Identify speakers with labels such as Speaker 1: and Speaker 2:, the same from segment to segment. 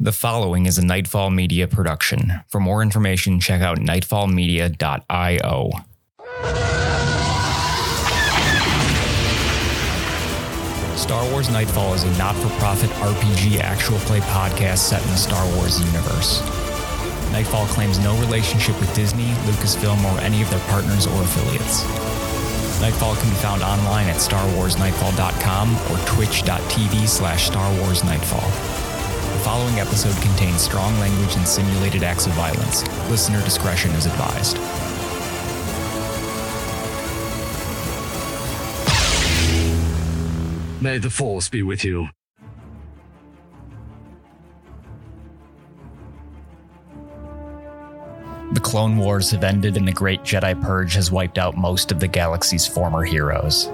Speaker 1: The following is a Nightfall Media production. For more information, check out nightfallmedia.io. Star Wars Nightfall is a not for profit RPG actual play podcast set in the Star Wars universe. Nightfall claims no relationship with Disney, Lucasfilm, or any of their partners or affiliates. Nightfall can be found online at starwarsnightfall.com or twitch.tv slash Star Wars Nightfall. The following episode contains strong language and simulated acts of violence. Listener discretion is advised.
Speaker 2: May the force be with you.
Speaker 1: The Clone Wars have ended, and the Great Jedi Purge has wiped out most of the galaxy's former heroes.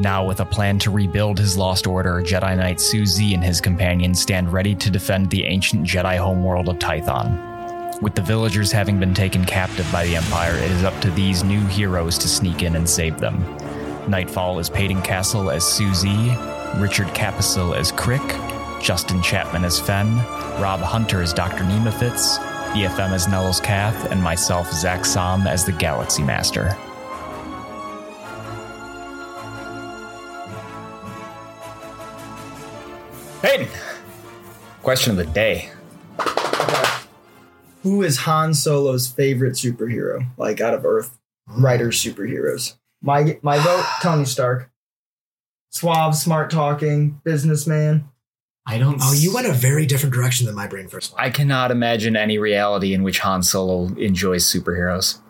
Speaker 1: Now, with a plan to rebuild his lost order, Jedi Knight Suzi and his companions stand ready to defend the ancient Jedi homeworld of Tython. With the villagers having been taken captive by the Empire, it is up to these new heroes to sneak in and save them. Nightfall is Peyton Castle as Suzi, Richard Capicil as Crick, Justin Chapman as Fen, Rob Hunter as Dr. Nemefitz, EFM as Nellos Kath, and myself, Zach Som, as the Galaxy Master. Peyton, question of the day.
Speaker 3: Who is Han Solo's favorite superhero? Like out of Earth writer superheroes. My my vote, Tony Stark. Suave, smart talking, businessman.
Speaker 1: I don't.
Speaker 4: Oh, you went a very different direction than my brain first.
Speaker 1: I cannot imagine any reality in which Han Solo enjoys superheroes.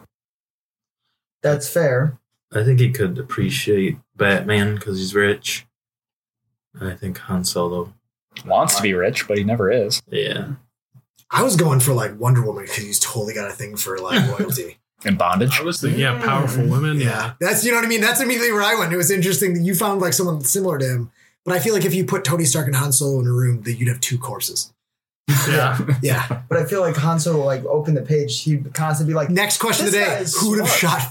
Speaker 3: That's fair.
Speaker 5: I think he could appreciate Batman because he's rich. And I think Han Solo.
Speaker 1: Wants to be rich, but he never is.
Speaker 5: Yeah.
Speaker 4: I was going for like Wonder Woman because he's totally got a thing for like royalty.
Speaker 1: In bondage.
Speaker 6: I was thinking, yeah, powerful
Speaker 4: Mm.
Speaker 6: women.
Speaker 4: yeah, that's you know what I mean. That's immediately where I went. It was interesting that you found like someone similar to him. But I feel like if you put Tony Stark and Han Solo in a room, that you'd have two corpses.
Speaker 6: Yeah.
Speaker 4: Yeah.
Speaker 3: But I feel like Han Solo like open the page, he'd constantly be like
Speaker 4: Next question
Speaker 3: This
Speaker 4: of the
Speaker 3: guy
Speaker 4: day:
Speaker 3: is
Speaker 4: Who'd have
Speaker 3: smart.
Speaker 4: shot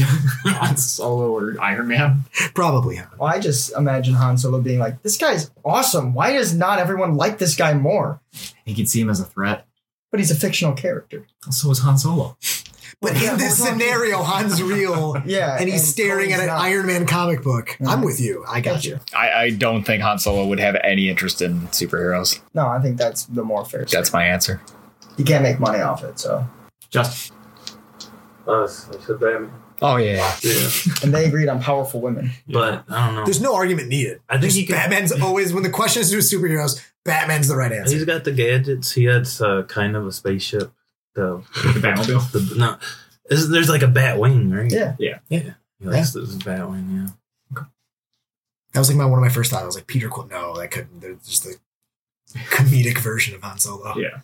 Speaker 1: Han Solo or Iron Man.
Speaker 4: Probably him.
Speaker 3: well, I just imagine Han Solo being like, This guy's awesome. Why does not everyone like this guy more?
Speaker 1: He could see him as a threat.
Speaker 3: But he's a fictional character.
Speaker 1: So was Han Solo.
Speaker 4: But
Speaker 3: Yeah,
Speaker 4: in this
Speaker 3: hold on.
Speaker 4: scenario, Han's real,
Speaker 3: Yeah.
Speaker 4: and he's staring at
Speaker 3: Tony's
Speaker 4: an
Speaker 3: not. Mm.
Speaker 4: Iron Man comic book.
Speaker 3: Yeah.
Speaker 4: I'm with you. I got you.
Speaker 1: I, I don't think Han Solo would have any interest in superheroes.
Speaker 3: No, I think that's the more fair.
Speaker 1: That's my answer.
Speaker 3: you can't make money off it, so
Speaker 1: Just.
Speaker 5: Us. I said Batman.
Speaker 1: Oh yeah.
Speaker 5: Yeah.
Speaker 3: and they agreed on powerful women.
Speaker 5: But I don't know.
Speaker 4: There's no argument needed.
Speaker 5: I think
Speaker 4: Just
Speaker 5: he could-
Speaker 4: Batman's always when the question is to do with superheroes, Batman's the right answer.
Speaker 5: he's got the gadgets. He has uh, kind of a spaceship. The,
Speaker 6: The Batmobile.
Speaker 5: the no, is, there's like a bat wing, right?
Speaker 3: Yeah.
Speaker 6: Yeah.
Speaker 5: Yeah. He likes this bat wing. Yeah.
Speaker 4: That was like my one of my first thoughts. I was like, Peter Quill. No, that couldn't. They're just the comedic version of Han Solo.
Speaker 6: Yeah.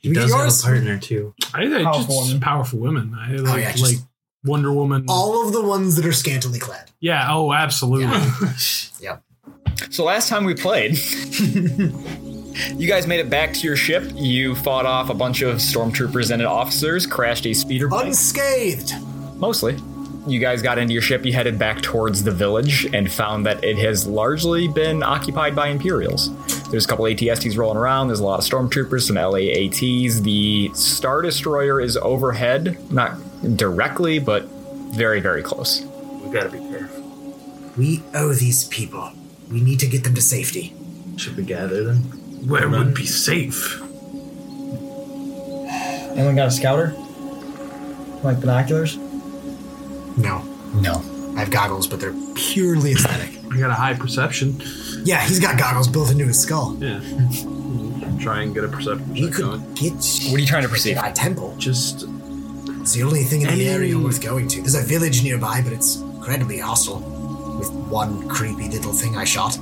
Speaker 5: He
Speaker 4: We get
Speaker 5: does
Speaker 4: yours?
Speaker 5: have a partner too.
Speaker 6: I think I
Speaker 3: Powerful
Speaker 6: just
Speaker 3: women.
Speaker 6: powerful women. I like,
Speaker 4: Oh, yeah, just-
Speaker 6: like Wonder Woman.
Speaker 4: All of the ones that are scantily clad.
Speaker 6: yeah. Oh, absolutely.
Speaker 1: So last time we played, you guys made it back to your ship. You fought off a bunch of stormtroopers and officers, crashed a speeder plane.
Speaker 4: Unscathed.
Speaker 1: mostly. You guys got into your ship, you headed back towards the village, and found that it has largely been occupied by Imperials. There's a couple ATSTs rolling around, there's a lot of stormtroopers, some LAATs. The Star Destroyer is overhead, not directly, but very, very close.
Speaker 5: We gotta be careful.
Speaker 4: We owe these people. We need to get them to safety.
Speaker 5: Should we gather them?
Speaker 6: Where would be safe?
Speaker 3: Anyone got a scouter? Like binoculars?
Speaker 4: No,
Speaker 1: No.
Speaker 4: I have goggles, but they're purely aesthetic.
Speaker 6: I got a high perception.
Speaker 4: yeah, he's got goggles built into his skull.
Speaker 6: Yeah. Try and get a perception
Speaker 4: We
Speaker 6: check
Speaker 4: could
Speaker 6: going.
Speaker 4: get
Speaker 1: What are you trying to perceive?
Speaker 4: that temple.
Speaker 6: Just
Speaker 4: It's the only thing in
Speaker 6: Any-
Speaker 4: the area worth going to. There's a village nearby, but it's incredibly hostile. With one creepy little thing I shot.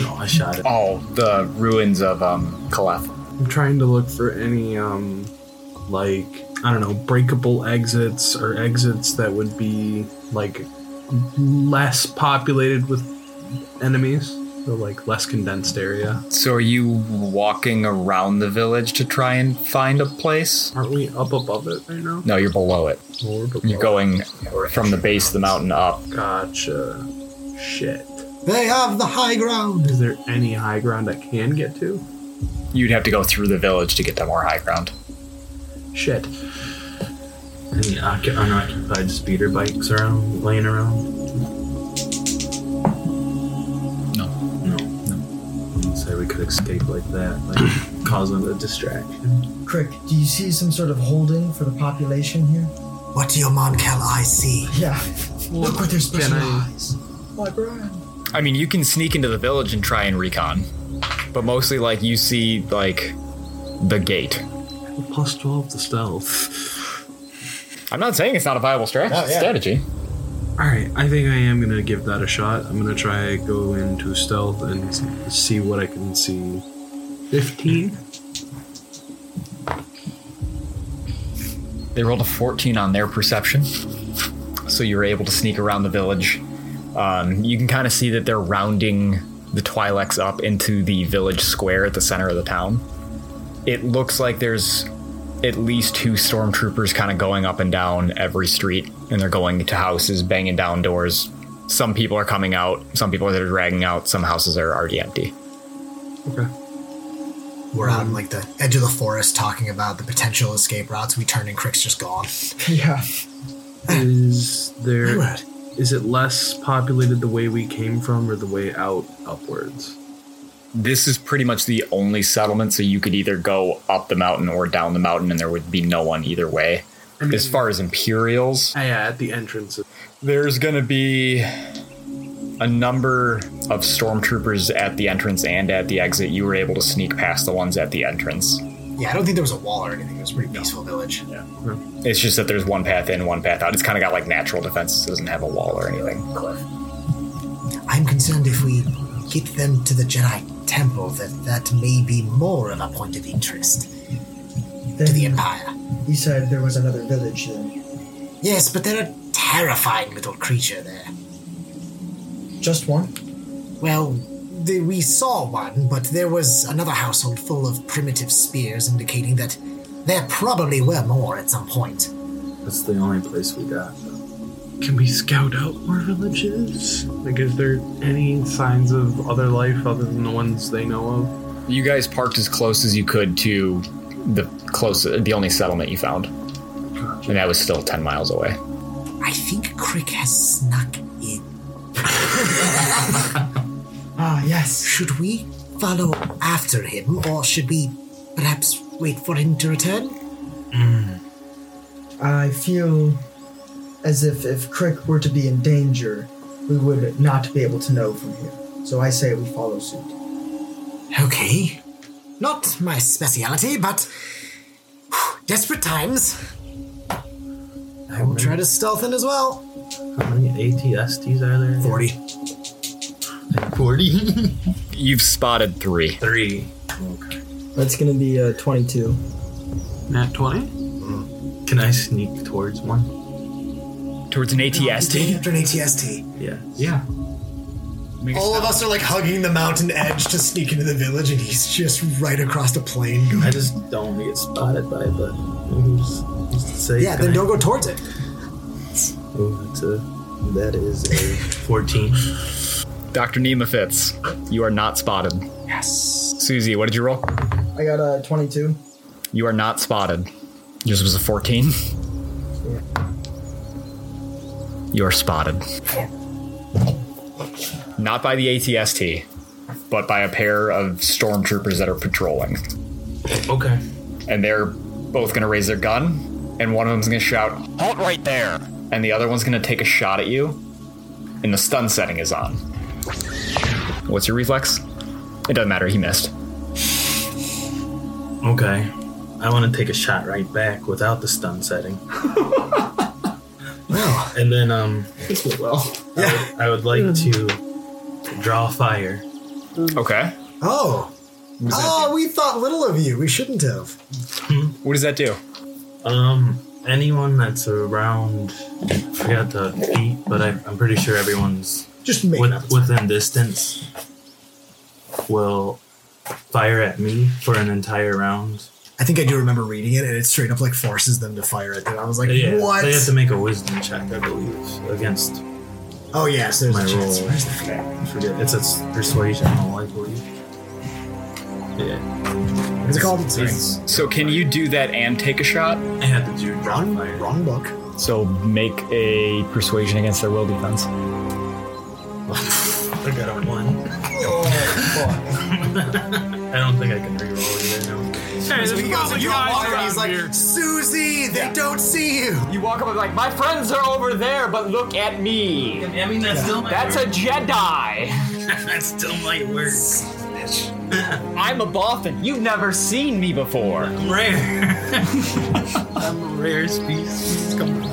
Speaker 5: No, I shot it.
Speaker 1: Oh, the ruins of um, Calef.
Speaker 6: I'm trying to look for any um like I don't know, breakable exits or exits that would be like less populated with enemies. So like less condensed area.
Speaker 1: So are you walking around the village to try and find a place?
Speaker 6: Aren't we up above it right now?
Speaker 1: No, you're below it.
Speaker 6: Or below?
Speaker 1: You're going from the base of the mountain up.
Speaker 6: Gotcha. Shit.
Speaker 4: They have the high ground.
Speaker 6: Is there any high ground I can get to?
Speaker 1: You'd have to go through the village to get to more high ground.
Speaker 6: Shit.
Speaker 5: Any occu- unoccupied speeder bikes around, laying around?
Speaker 1: No.
Speaker 5: No. No. I'd say we could escape like that, like causing a distraction.
Speaker 3: Crick, do you see some sort of holding for the population here?
Speaker 4: What do your mon can I see?
Speaker 3: Yeah.
Speaker 4: Look with their special
Speaker 6: can I-
Speaker 4: eyes.
Speaker 3: Why, Brian?
Speaker 1: I mean, you can sneak into the village and try and recon, but mostly like you see like the gate.
Speaker 6: Plus 12 to stealth.
Speaker 1: I'm not saying it's not a viable strategy.
Speaker 3: yeah.
Speaker 1: Strategy.
Speaker 6: Alright, I think I am gonna give that a shot. I'm gonna try go into stealth and s- see what I can see. 15?
Speaker 1: They rolled a 14 on their perception, so you're able to sneak around the village. Um, you can kind of see that they're rounding the Twi'leks up into the village square at the center of the town. It looks like there's at least two stormtroopers kind of going up and down every street, and they're going to houses, banging down doors. Some people are coming out, some people are dragging out, some houses are already empty.
Speaker 6: Okay.
Speaker 4: We're out in like the edge of the forest talking about the potential escape routes. We turn and Crick's just gone.
Speaker 3: Yeah.
Speaker 6: Is there.
Speaker 4: Alright.
Speaker 6: Is it less populated the way we came from or the way out upwards?
Speaker 1: this is pretty much the only settlement, so you could either go up the mountain or down the mountain, and there would be no one either way. as far as Imperials,
Speaker 6: Ah, yeah, at the entrance. Of,
Speaker 1: there's going to be a number of stormtroopers at the entrance and at the exit. You were able to sneak past the ones at the entrance.
Speaker 4: Yeah, I don't think there was a wall or anything. It was a pretty peaceful village.
Speaker 1: It's just that there's one path in, one path out. It's kind of got like natural defenses, it doesn't have a wall or anything.
Speaker 4: I'm concerned if we get them to the Jedi Temple that that may be more of a point of interest to the
Speaker 3: Then
Speaker 4: Empire.
Speaker 3: you said there was another village then.
Speaker 4: Yes, but they're a terrifying little creature there.
Speaker 3: Just one?
Speaker 4: Well, the, we saw one, but there was another household full of primitive spears indicating that there probably were more at some point.
Speaker 5: That's the only place we got.
Speaker 6: can we scout out more villages? Like, is there any signs of other life other than the ones they know of?
Speaker 1: You guys parked as close as you could to the close, the only settlement you found, and that was still 10 miles away.
Speaker 4: I think Crick has snuck in.
Speaker 3: Ah, yes.
Speaker 4: Should we follow after him, or should we perhaps wait for him to return?
Speaker 3: I feel as if if Crick were to be in danger, we would not be able to know from here. So I say we follow suit.
Speaker 4: Okay. Not my speciality, but desperate times. I will try to stealth in as well.
Speaker 5: How many ATSTs are there?
Speaker 4: 40.
Speaker 5: 40?
Speaker 1: You've spotted three.
Speaker 5: Three. Okay.
Speaker 7: That's gonna be uh, 22.
Speaker 6: Nat 20?
Speaker 5: Mm. Can I sneak towards one?
Speaker 1: towards an
Speaker 4: Taking
Speaker 1: ATST.
Speaker 4: after an ATST.
Speaker 5: Yeah.
Speaker 6: Yeah.
Speaker 4: All of us are like hugging the mountain edge to sneak into the village, and he's just right across the plain.
Speaker 5: I just don't want to get spotted by it, but who's, who's to say?
Speaker 4: Yeah,
Speaker 5: Can
Speaker 4: then
Speaker 5: I-
Speaker 4: don't go towards it.
Speaker 5: Oh, that's a, that is a 14.
Speaker 1: Dr. Nema Fitz, you are not spotted.
Speaker 4: Yes.
Speaker 1: Susie, what did you roll?
Speaker 3: I got a 22.
Speaker 1: You are not spotted. Yours was a 14. You are spotted. Not by the ATST, but by a pair of stormtroopers that are patrolling.
Speaker 6: Okay.
Speaker 1: And they're both going to raise their gun, and one of them's going to shout, Halt right there! And the other one's going to take a shot at you, and the stun setting is on. What's your reflex? It doesn't matter, he missed.
Speaker 5: Okay. I want to take a shot right back without the stun setting.
Speaker 4: Well,
Speaker 5: And then um
Speaker 7: Well,
Speaker 5: I would like to draw fire.
Speaker 1: Okay.
Speaker 4: oh. Oh, we thought little of you. We shouldn't have.
Speaker 1: What does that do?
Speaker 5: Um anyone that's around I forgot the beat, but I, I'm pretty sure everyone's
Speaker 4: Just make
Speaker 5: with, within distance will fire at me for an entire round.
Speaker 4: I think I do remember reading it, and it straight up like forces them to fire at them. I was like,
Speaker 5: Yeah,
Speaker 4: what?
Speaker 5: They have to make a wisdom check, I believe, against
Speaker 4: oh yeah, so there's
Speaker 5: my
Speaker 4: a chance.
Speaker 5: roll.
Speaker 4: Where's that?
Speaker 5: I forget. It's a s- persuasion roll, I believe.
Speaker 4: What's it called?
Speaker 8: So can you do that and take a shot?
Speaker 5: I had the Jude
Speaker 4: Wrong,
Speaker 5: Bonfire.
Speaker 4: wrong book.
Speaker 1: So make a persuasion against their will defense.
Speaker 5: I got a one. I don't think I can reroll it right now.
Speaker 6: Hey,
Speaker 4: He goes, you got water. He's like, Susie, they don't see you.
Speaker 1: You walk up and like, my friends are over there, but look at me.
Speaker 5: I mean, that's still my
Speaker 1: That's a Jedi.
Speaker 5: that's still my work.
Speaker 1: I'm a Bothan. You've never seen me before.
Speaker 5: I'm rare. I'm a rare species. Come on.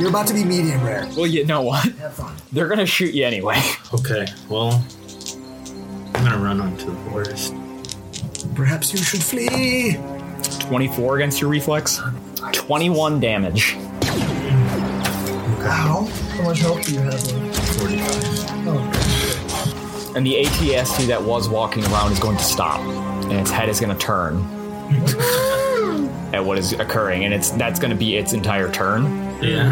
Speaker 4: You're about to be medium rare.
Speaker 1: Well, you know what?
Speaker 4: Have fun.
Speaker 1: They're gonna shoot you anyway.
Speaker 5: Okay, well, I'm gonna run onto the forest.
Speaker 4: Perhaps you should flee.
Speaker 1: 24 against your reflex. 21 damage.
Speaker 4: Ow.
Speaker 3: How much help do you have? Lord?
Speaker 1: And the ATST that was walking around is going to stop. And its head is gonna turn at what is occurring. And it's that's gonna be its entire turn.
Speaker 5: Yeah.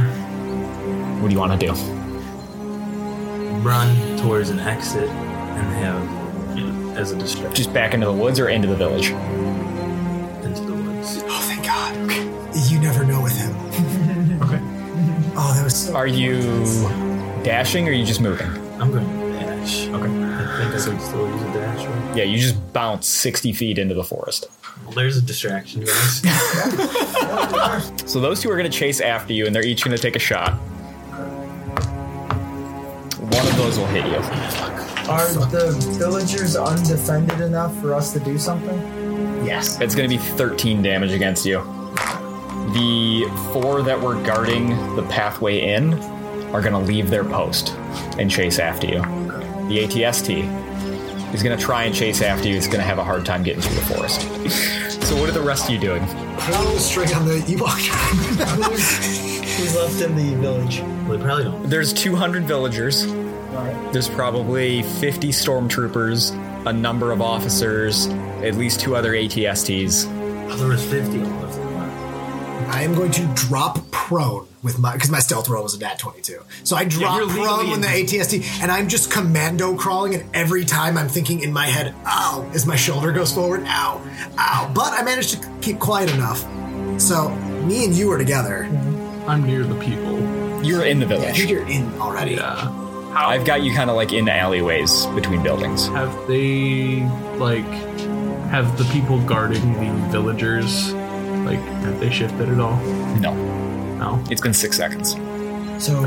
Speaker 1: What do you wanna do?
Speaker 5: Run towards an exit and have it as a distraction
Speaker 1: Just back into the woods or into the village?
Speaker 5: into the woods.
Speaker 4: Oh, thank God. You never know with him. okay. Oh, that was so.
Speaker 1: Are you dashing or are you just moving?
Speaker 5: I'm gonna dash. Okay. I think I can still use a dash. Right?
Speaker 1: Yeah, you just bounce 60 feet into the forest.
Speaker 5: Well, there's a distraction, guys.
Speaker 1: So those two are going to chase after you, and they're each going to take a shot. One of those will hit you.
Speaker 3: Are the villagers undefended enough for us to do something?
Speaker 4: Yes.
Speaker 1: It's going to be 13 damage against you. The four that were guarding the pathway in are going to leave their post and chase after you. The ATST is going to try and chase after you. It's going to have a hard time getting through the forest. so what are the rest of you doing?
Speaker 4: Pull straight on the Ewok.
Speaker 3: Who's left in the village?
Speaker 5: Well, they probably don't.
Speaker 1: There's 200 villagers. There's probably 50 stormtroopers, a number of officers, at least two other ATSTs.
Speaker 5: Oh, there was 50 all of them.
Speaker 4: I am going to drop prone with my because my stealth roll was a nat twenty two. So I drop
Speaker 5: you're legally
Speaker 4: prone when the ATST, and I'm just commando crawling, and every time I'm thinking in my head, "Ow!" as my shoulder goes forward, "Ow, ow!" But I managed to keep quiet enough. So me and you are together.
Speaker 6: I'm near the people.
Speaker 1: You're in the
Speaker 4: Yeah, I think
Speaker 1: village.
Speaker 4: you're in already.
Speaker 1: I've got you kind of like in alleyways between buildings.
Speaker 6: Have they like have the people guarding the villagers like have they shifted at all?
Speaker 1: No,
Speaker 6: No.
Speaker 1: it's been six seconds.
Speaker 3: So,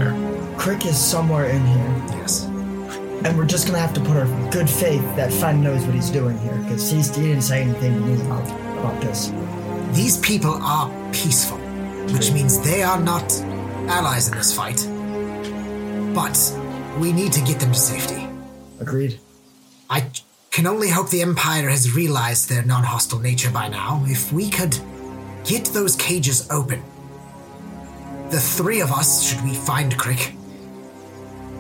Speaker 3: Crick is somewhere in here,
Speaker 4: Yes.
Speaker 3: and we're just gonna have to put our good faith that Fen knows what he's doing here, because he didn't say anything to me about, about this.
Speaker 4: These people are peaceful, which means they are not allies in this fight. But we need to get them to safety.
Speaker 3: Agreed.
Speaker 4: I can only hope the Empire has realized their non hostile nature by now. If we could get those cages open, the three of us, should we find Crick,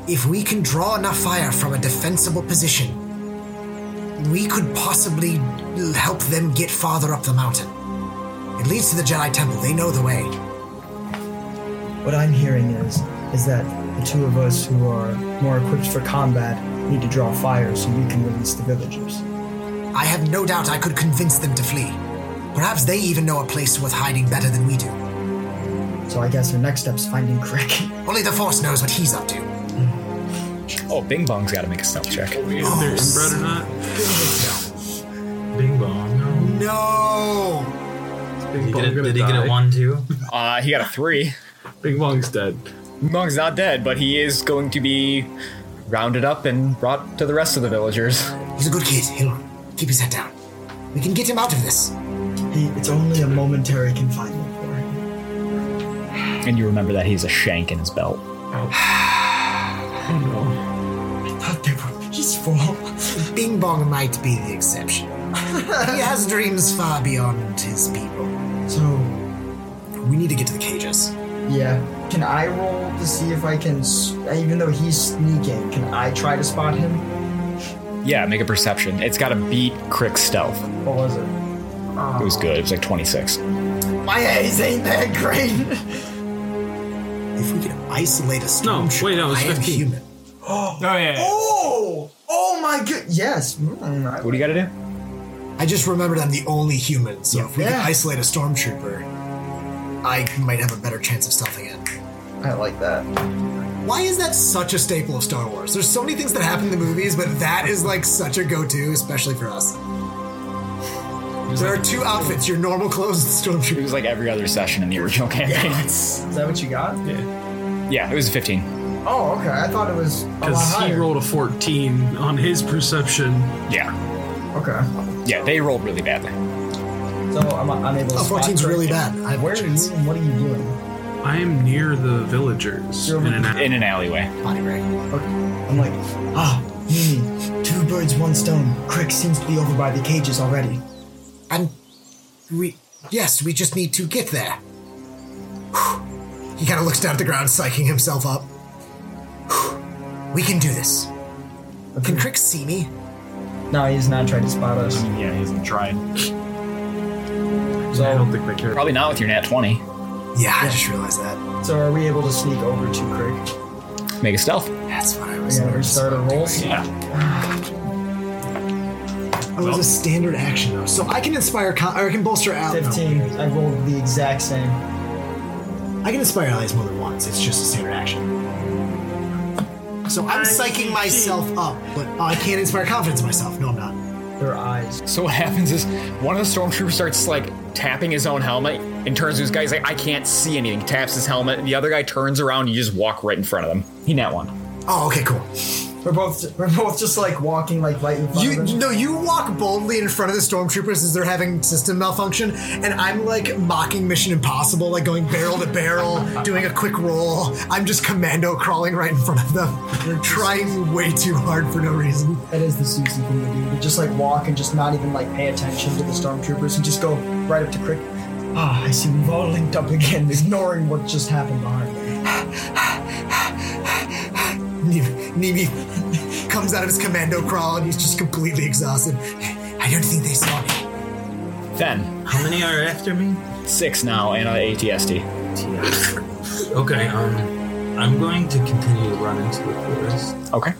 Speaker 4: if we can draw enough fire from a defensible position, we could possibly help them get farther up the mountain. It leads to the Jedi Temple, they know the way.
Speaker 3: What I'm hearing is is that the two of us who are more equipped for combat need to draw fire so we can release the villagers.
Speaker 4: I have no doubt I could convince them to flee. Perhaps they even know a place worth hiding better than we do.
Speaker 3: So I guess our next step's finding Crick.
Speaker 4: Only the Force knows what he's up to.
Speaker 1: Oh, Bing Bong's got to make a stealth check.
Speaker 6: If they're inbred or not?
Speaker 5: Bing bong. No.
Speaker 4: No!
Speaker 5: Did
Speaker 6: Bing
Speaker 5: he
Speaker 6: Bong
Speaker 5: get, it,
Speaker 6: gonna
Speaker 5: did he get
Speaker 6: die.
Speaker 5: a one too?
Speaker 1: Uh, he got a three.
Speaker 6: Bing Bong's dead.
Speaker 1: Bing Bong's not dead, but he is going to be rounded up and brought to the rest of the villagers.
Speaker 4: He's a good kid. He'll keep his head down. We can get him out of this.
Speaker 3: He, it's only a momentary confinement for him.
Speaker 1: And you remember that he's a shank in his belt.
Speaker 3: I thought they were peaceful.
Speaker 4: Bing Bong might be the exception. he has dreams far beyond his people.
Speaker 3: so
Speaker 4: We need to get to the cages.
Speaker 3: yeah, can I roll to see if I can? s- Even though he's sneaking, can I try to spot him?
Speaker 1: Yeah, make a perception. It's got to beat Crick's stealth.
Speaker 3: What was it?
Speaker 1: It was good. It was like 26.
Speaker 3: My A's ain't that great.
Speaker 4: If we can isolate a storm
Speaker 6: No, wait, no, it's
Speaker 4: I am
Speaker 6: 15.
Speaker 4: human.
Speaker 1: Oh, yeah.
Speaker 3: oh, oh my good. Yes. Mm, I-
Speaker 1: What do you got to do?
Speaker 4: I just remembered I'm the only human, so if we
Speaker 3: Yeah.
Speaker 4: can isolate a stormtrooper, I might have a better chance of stealthing in.
Speaker 3: I like that.
Speaker 4: Why is that such a staple of Star Wars? There's so many things that happen in the movies, but that is like such a go-to, especially for us. There are two outfits: your normal clothes and
Speaker 1: It
Speaker 4: stormtrooper.
Speaker 1: was like every other session in the original campaign.
Speaker 3: Is that what you got?
Speaker 1: Yeah, it was 15.
Speaker 3: Oh, okay. I thought it was a lot
Speaker 6: Because he
Speaker 3: higher.
Speaker 6: rolled a 14 on his perception.
Speaker 1: Yeah.
Speaker 3: okay.
Speaker 1: Yeah, they rolled really badly.
Speaker 3: So I'm, I'm able to.
Speaker 4: Oh,
Speaker 3: spot
Speaker 4: 14's
Speaker 3: correct
Speaker 4: really
Speaker 3: it.
Speaker 4: bad. I have
Speaker 3: Where
Speaker 4: Where
Speaker 3: are you?
Speaker 4: chance.
Speaker 3: and What are you doing?
Speaker 6: I am near the villagers.
Speaker 3: You're-
Speaker 6: In an
Speaker 1: In an alleyway.
Speaker 4: Body break.
Speaker 3: Okay. I'm like, ah, Mimi, two birds, one stone. Crick seems to be over by the cages already.
Speaker 4: And we, yes, we just need to get there. Whew. He kind of looks down at the ground, psyching himself up. Whew. We can do this. Can Crick see me?
Speaker 3: No, he's not trying to spot us.
Speaker 1: Yeah, he isn't trying.
Speaker 6: I
Speaker 3: So,
Speaker 6: don't think they care.
Speaker 1: Probably not with your nat 20.
Speaker 4: Yeah, I just realized that.
Speaker 3: so are we able to sneak over to Crick?
Speaker 1: Make a stealth.
Speaker 4: That's what I was.
Speaker 3: Yeah, we start our rolls.
Speaker 1: Yeah.
Speaker 4: It was Oh, a standard action though, so I can inspire. Con- or I can bolster allies.
Speaker 3: Fifteen. I rolled the exact same.
Speaker 4: I can inspire allies more than once. It's just a standard action. So I'm psyching myself up, but oh, I can't inspire confidence in myself. No, I'm not.
Speaker 3: Their eyes.
Speaker 1: So what happens is one of the stormtroopers starts like tapping his own helmet and turns to his guy. He's like, I can't see anything. Taps his helmet. The other guy turns around. You just walk right in front of him. He nat one.
Speaker 4: Oh, okay, cool.
Speaker 3: We're both we're both just like walking like lightning.
Speaker 4: You no, you walk boldly in front of the stormtroopers as they're having system malfunction, and I'm like mocking Mission Impossible, like going barrel to barrel, doing a quick roll. I'm just commando crawling right in front of them. They're trying way too hard for no reason.
Speaker 3: That is the Susie thing to do. To just like walk and just not even like pay attention to the stormtroopers and just go right up to Crick. Ah, I see we've all linked up again, ignoring what just happened behind me.
Speaker 4: Ne- Nimi comes out of his commando crawl and he's just completely exhausted. I don't think they saw me.
Speaker 1: Then
Speaker 5: How many are after me?
Speaker 1: six now and an ATST.
Speaker 5: Okay, um, I'm going to continue to run into the forest,
Speaker 1: Okay.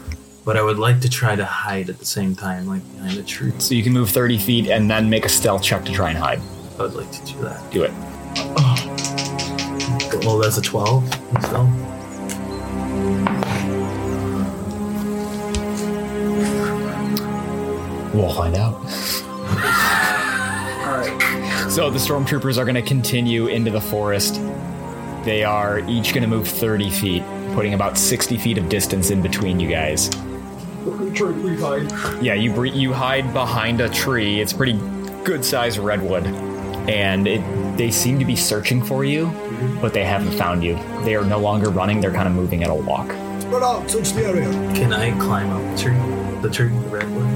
Speaker 5: but I would like to try to hide at the same time, like behind a tree.
Speaker 1: So you can move 30 feet and then make a stealth check to try and hide.
Speaker 5: I would like to do that.
Speaker 1: Do it.
Speaker 5: Well, that's a 12. So.
Speaker 1: We'll find out.
Speaker 3: All right.
Speaker 1: So the stormtroopers are going to continue into the forest. They are each going to move 30 feet, putting about 60 feet of distance in between you guys. Yeah, you bre- you hide behind a tree. It's pretty good sized redwood, and it, they seem to be searching for you, but they haven't found you. They are no longer running. They're kind of moving at a walk.
Speaker 4: Run out, search the area.
Speaker 5: Can I climb up the tree? The tree, the red one?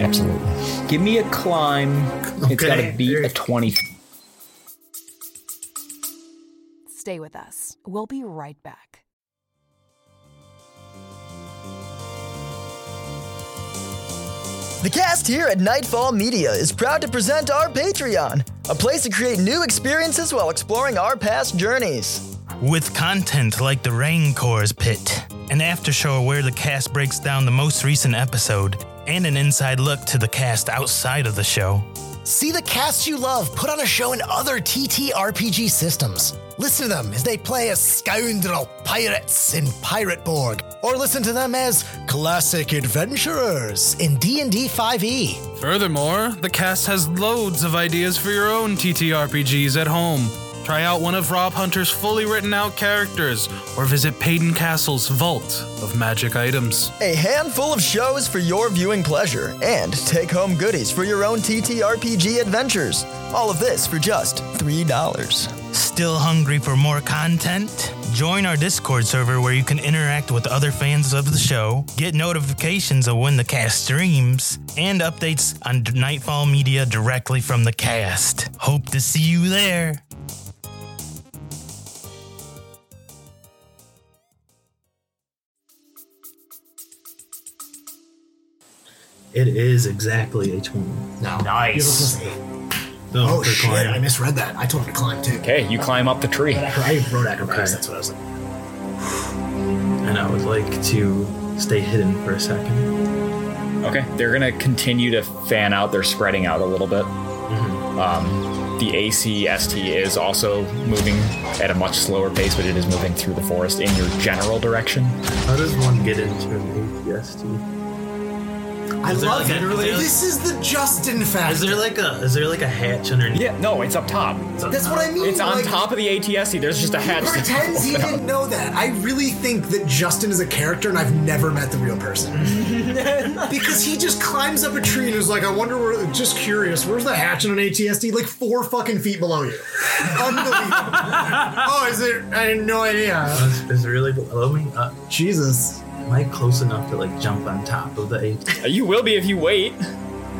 Speaker 1: Absolutely. Give me a climb. It's got to
Speaker 5: Okay.
Speaker 1: be a 20.
Speaker 9: Stay with us. We'll be right back.
Speaker 10: The cast here at Nightfall Media is proud to present our Patreon, a place to create new experiences while exploring our past journeys.
Speaker 11: With content like the Raincor's Pit, an aftershow where the cast breaks down the most recent episode, and an inside look to the cast outside of the show.
Speaker 4: See the cast you love put on a show in other TTRPG systems. Listen to them as they play as scoundrel pirates in Pirateborg, or listen to them as classic adventurers in D&D 5e.
Speaker 11: Furthermore, the cast has loads of ideas for your own TTRPGs at home. Try out one of Rob Hunter's fully written out characters, or visit Payton Castle's Vault of Magic Items.
Speaker 10: A handful of shows for your viewing pleasure, and take home goodies for your own TTRPG adventures. All of this for just $3.
Speaker 11: Still hungry for more content? Join our Discord server where you can interact with other fans of the show, get notifications of when the cast streams, and updates on D- Nightfall Media directly from the cast. Hope to see you there.
Speaker 5: It is exactly a 20.
Speaker 4: No.
Speaker 1: Nice.
Speaker 5: No,
Speaker 4: Oh
Speaker 5: for
Speaker 4: shit, I
Speaker 5: climb.
Speaker 4: misread that. I told him to climb too.
Speaker 1: Okay, you climb up the tree.
Speaker 4: I wrote acrobatics,
Speaker 5: Okay.
Speaker 4: that's what I was like.
Speaker 5: And I would like to stay hidden for a second.
Speaker 1: Okay, they're gonna continue to fan out. They're spreading out a little bit. Um, the ACST is also moving at a much slower pace, but it is moving through the forest in your general direction.
Speaker 5: How does one get into an ATST?
Speaker 4: I
Speaker 5: Is there
Speaker 4: love
Speaker 5: like a-
Speaker 4: it.
Speaker 5: is there like-
Speaker 4: this is the Justin fact.
Speaker 5: Is there like a is there like a hatch underneath?
Speaker 1: Yeah, no, it's up top.
Speaker 4: That's what I mean.
Speaker 1: It's on
Speaker 4: like,
Speaker 1: top of the ATST. There's just a
Speaker 4: He
Speaker 1: hatch. that-
Speaker 4: pretends he didn't know that. I really think that Justin is a character and I've never met the real person. because he just climbs up a tree and is like, I wonder where, just curious, where's the hatch in an ATSD? Like four fucking feet below you. Unbelievable. oh, is there? I had no idea.
Speaker 5: Is, is it really below me? Uh,
Speaker 4: Jesus.
Speaker 5: Am I close enough to like jump on top of the AT?
Speaker 1: You will be if you wait.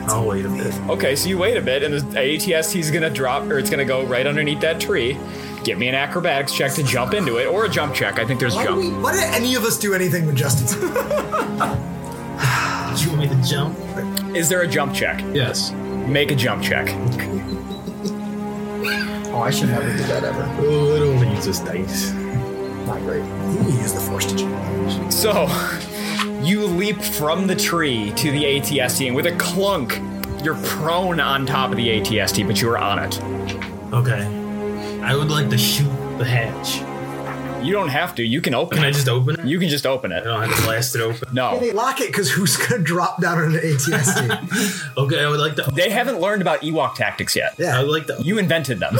Speaker 5: I'll wait a bit.
Speaker 1: Okay, so you wait a bit, and the ATST is gonna drop, or it's gonna go right underneath that tree. Give me an acrobatics check to jump into it, or a jump check. I think there's
Speaker 4: Why, do
Speaker 1: jump.
Speaker 4: we, why did any of us do anything with Justin's?
Speaker 5: Did you want me to jump?
Speaker 1: Is there a jump check?
Speaker 6: Yes.
Speaker 1: Make a jump check.
Speaker 3: Oh, I should never do that ever.
Speaker 5: Oh, it only uses dice.
Speaker 3: Not great.
Speaker 4: You use the force to change.
Speaker 1: So, you leap from the tree to the ATST, and with a clunk, you're prone on top of the ATST, but you are on it.
Speaker 5: Okay. I would like to shoot the hatch.
Speaker 1: You don't have to. You can open.
Speaker 5: Can
Speaker 1: it.
Speaker 5: I just open it?
Speaker 1: You can just open it. I
Speaker 5: don't have to blast it open.
Speaker 4: Hey,
Speaker 1: No,
Speaker 4: they lock it because who's going to drop down on an ATSD?
Speaker 5: Okay, I would like to.
Speaker 1: they haven't learned about Ewok tactics yet.
Speaker 5: I would like to.
Speaker 1: You invented them